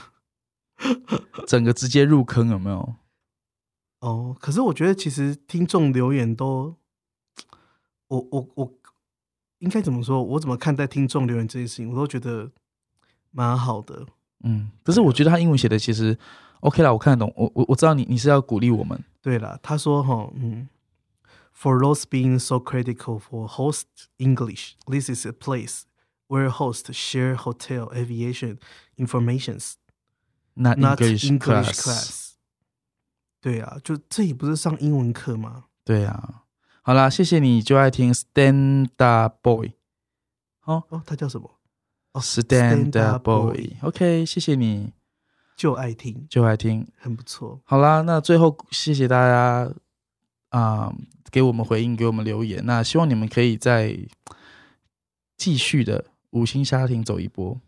Speaker 2: 整个直接入坑有没有？
Speaker 1: 哦，可是我觉得其实听众留言都，我我我应该怎么说？我怎么看待听众留言这件事情，我都觉得蛮好的。
Speaker 2: 嗯，可是我
Speaker 1: 啊
Speaker 2: 觉得他英文写的其实 OK 啦，我看得懂。我我我知道你你是要鼓励我们，
Speaker 1: 对了，他说哈，嗯，For those being so critical for host English, this is a place where hosts share hotel aviation informations,
Speaker 2: not
Speaker 1: not
Speaker 2: English
Speaker 1: English
Speaker 2: class。
Speaker 1: class. 对啊，就这也不是上英文课吗？
Speaker 2: 对啊，好啦，谢谢你就爱听 Stand Up Boy
Speaker 1: 哦，他叫什么？
Speaker 2: 哦，Stand
Speaker 1: Stand
Speaker 2: Up
Speaker 1: Up
Speaker 2: Boy。OK，谢谢你
Speaker 1: 就爱听，
Speaker 2: 就爱听。
Speaker 1: 很不错。
Speaker 2: 好啦，那最后谢谢大家啊、给我们回应，给我们留言。那希望你们可以再继续的五星家庭走一波，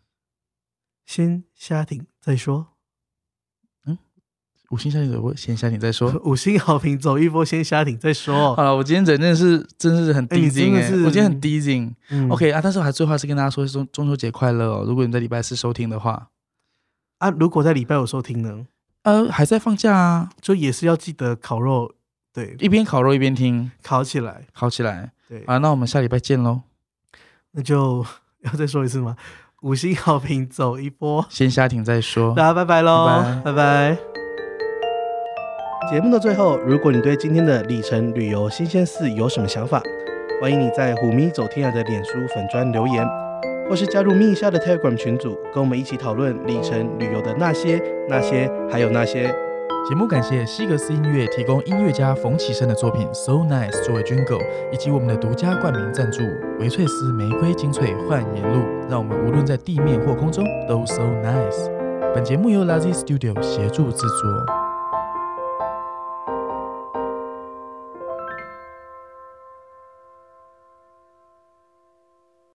Speaker 1: 先瞎听再说。
Speaker 2: 五星家庭走一波，先下你再说。
Speaker 1: <laughs> 五星好评走一波，先下顶再
Speaker 2: 好
Speaker 1: 说。哦
Speaker 2: 了，我今天人真的是真是很
Speaker 1: 哎你
Speaker 2: dizzy
Speaker 1: 真的
Speaker 2: 哎、
Speaker 1: 是
Speaker 2: 我今天很 dizzy。
Speaker 1: 嗯
Speaker 2: OK 啊，但是我还最后还是跟大家说中中秋节快乐哦！如果你在礼拜四收听的话，
Speaker 1: 啊，如果在礼拜五收听呢，
Speaker 2: 呃，还在放假啊，
Speaker 1: 就也是要记得烤肉，对，
Speaker 2: 一边烤肉一边听，
Speaker 1: 烤起来，
Speaker 2: 烤起来
Speaker 1: 对，
Speaker 2: 啊！那我们下礼拜见喽，
Speaker 1: 那就 <laughs> 要再说一次吗？五星好评走一波，
Speaker 2: 先下停再说。
Speaker 1: 大家拜拜喽，
Speaker 2: 拜
Speaker 1: 拜拜节目的最后，如果你对今天的里程旅游新鲜事有什么想法，欢迎你在虎咪走天涯的脸书粉砖留言，或是加入咪下的 Telegram 群组，跟我们一起讨论里程旅游的那些、那些，还有那些。
Speaker 2: 节目感谢西格斯音乐提供音乐家冯启生的作品《So Nice》作为 Jingle，以及我们的独家冠名赞助维翠丝玫瑰精粹焕颜露，让我们无论在地面或空中都 So Nice。本节目由 Lazy Studio 协助制作。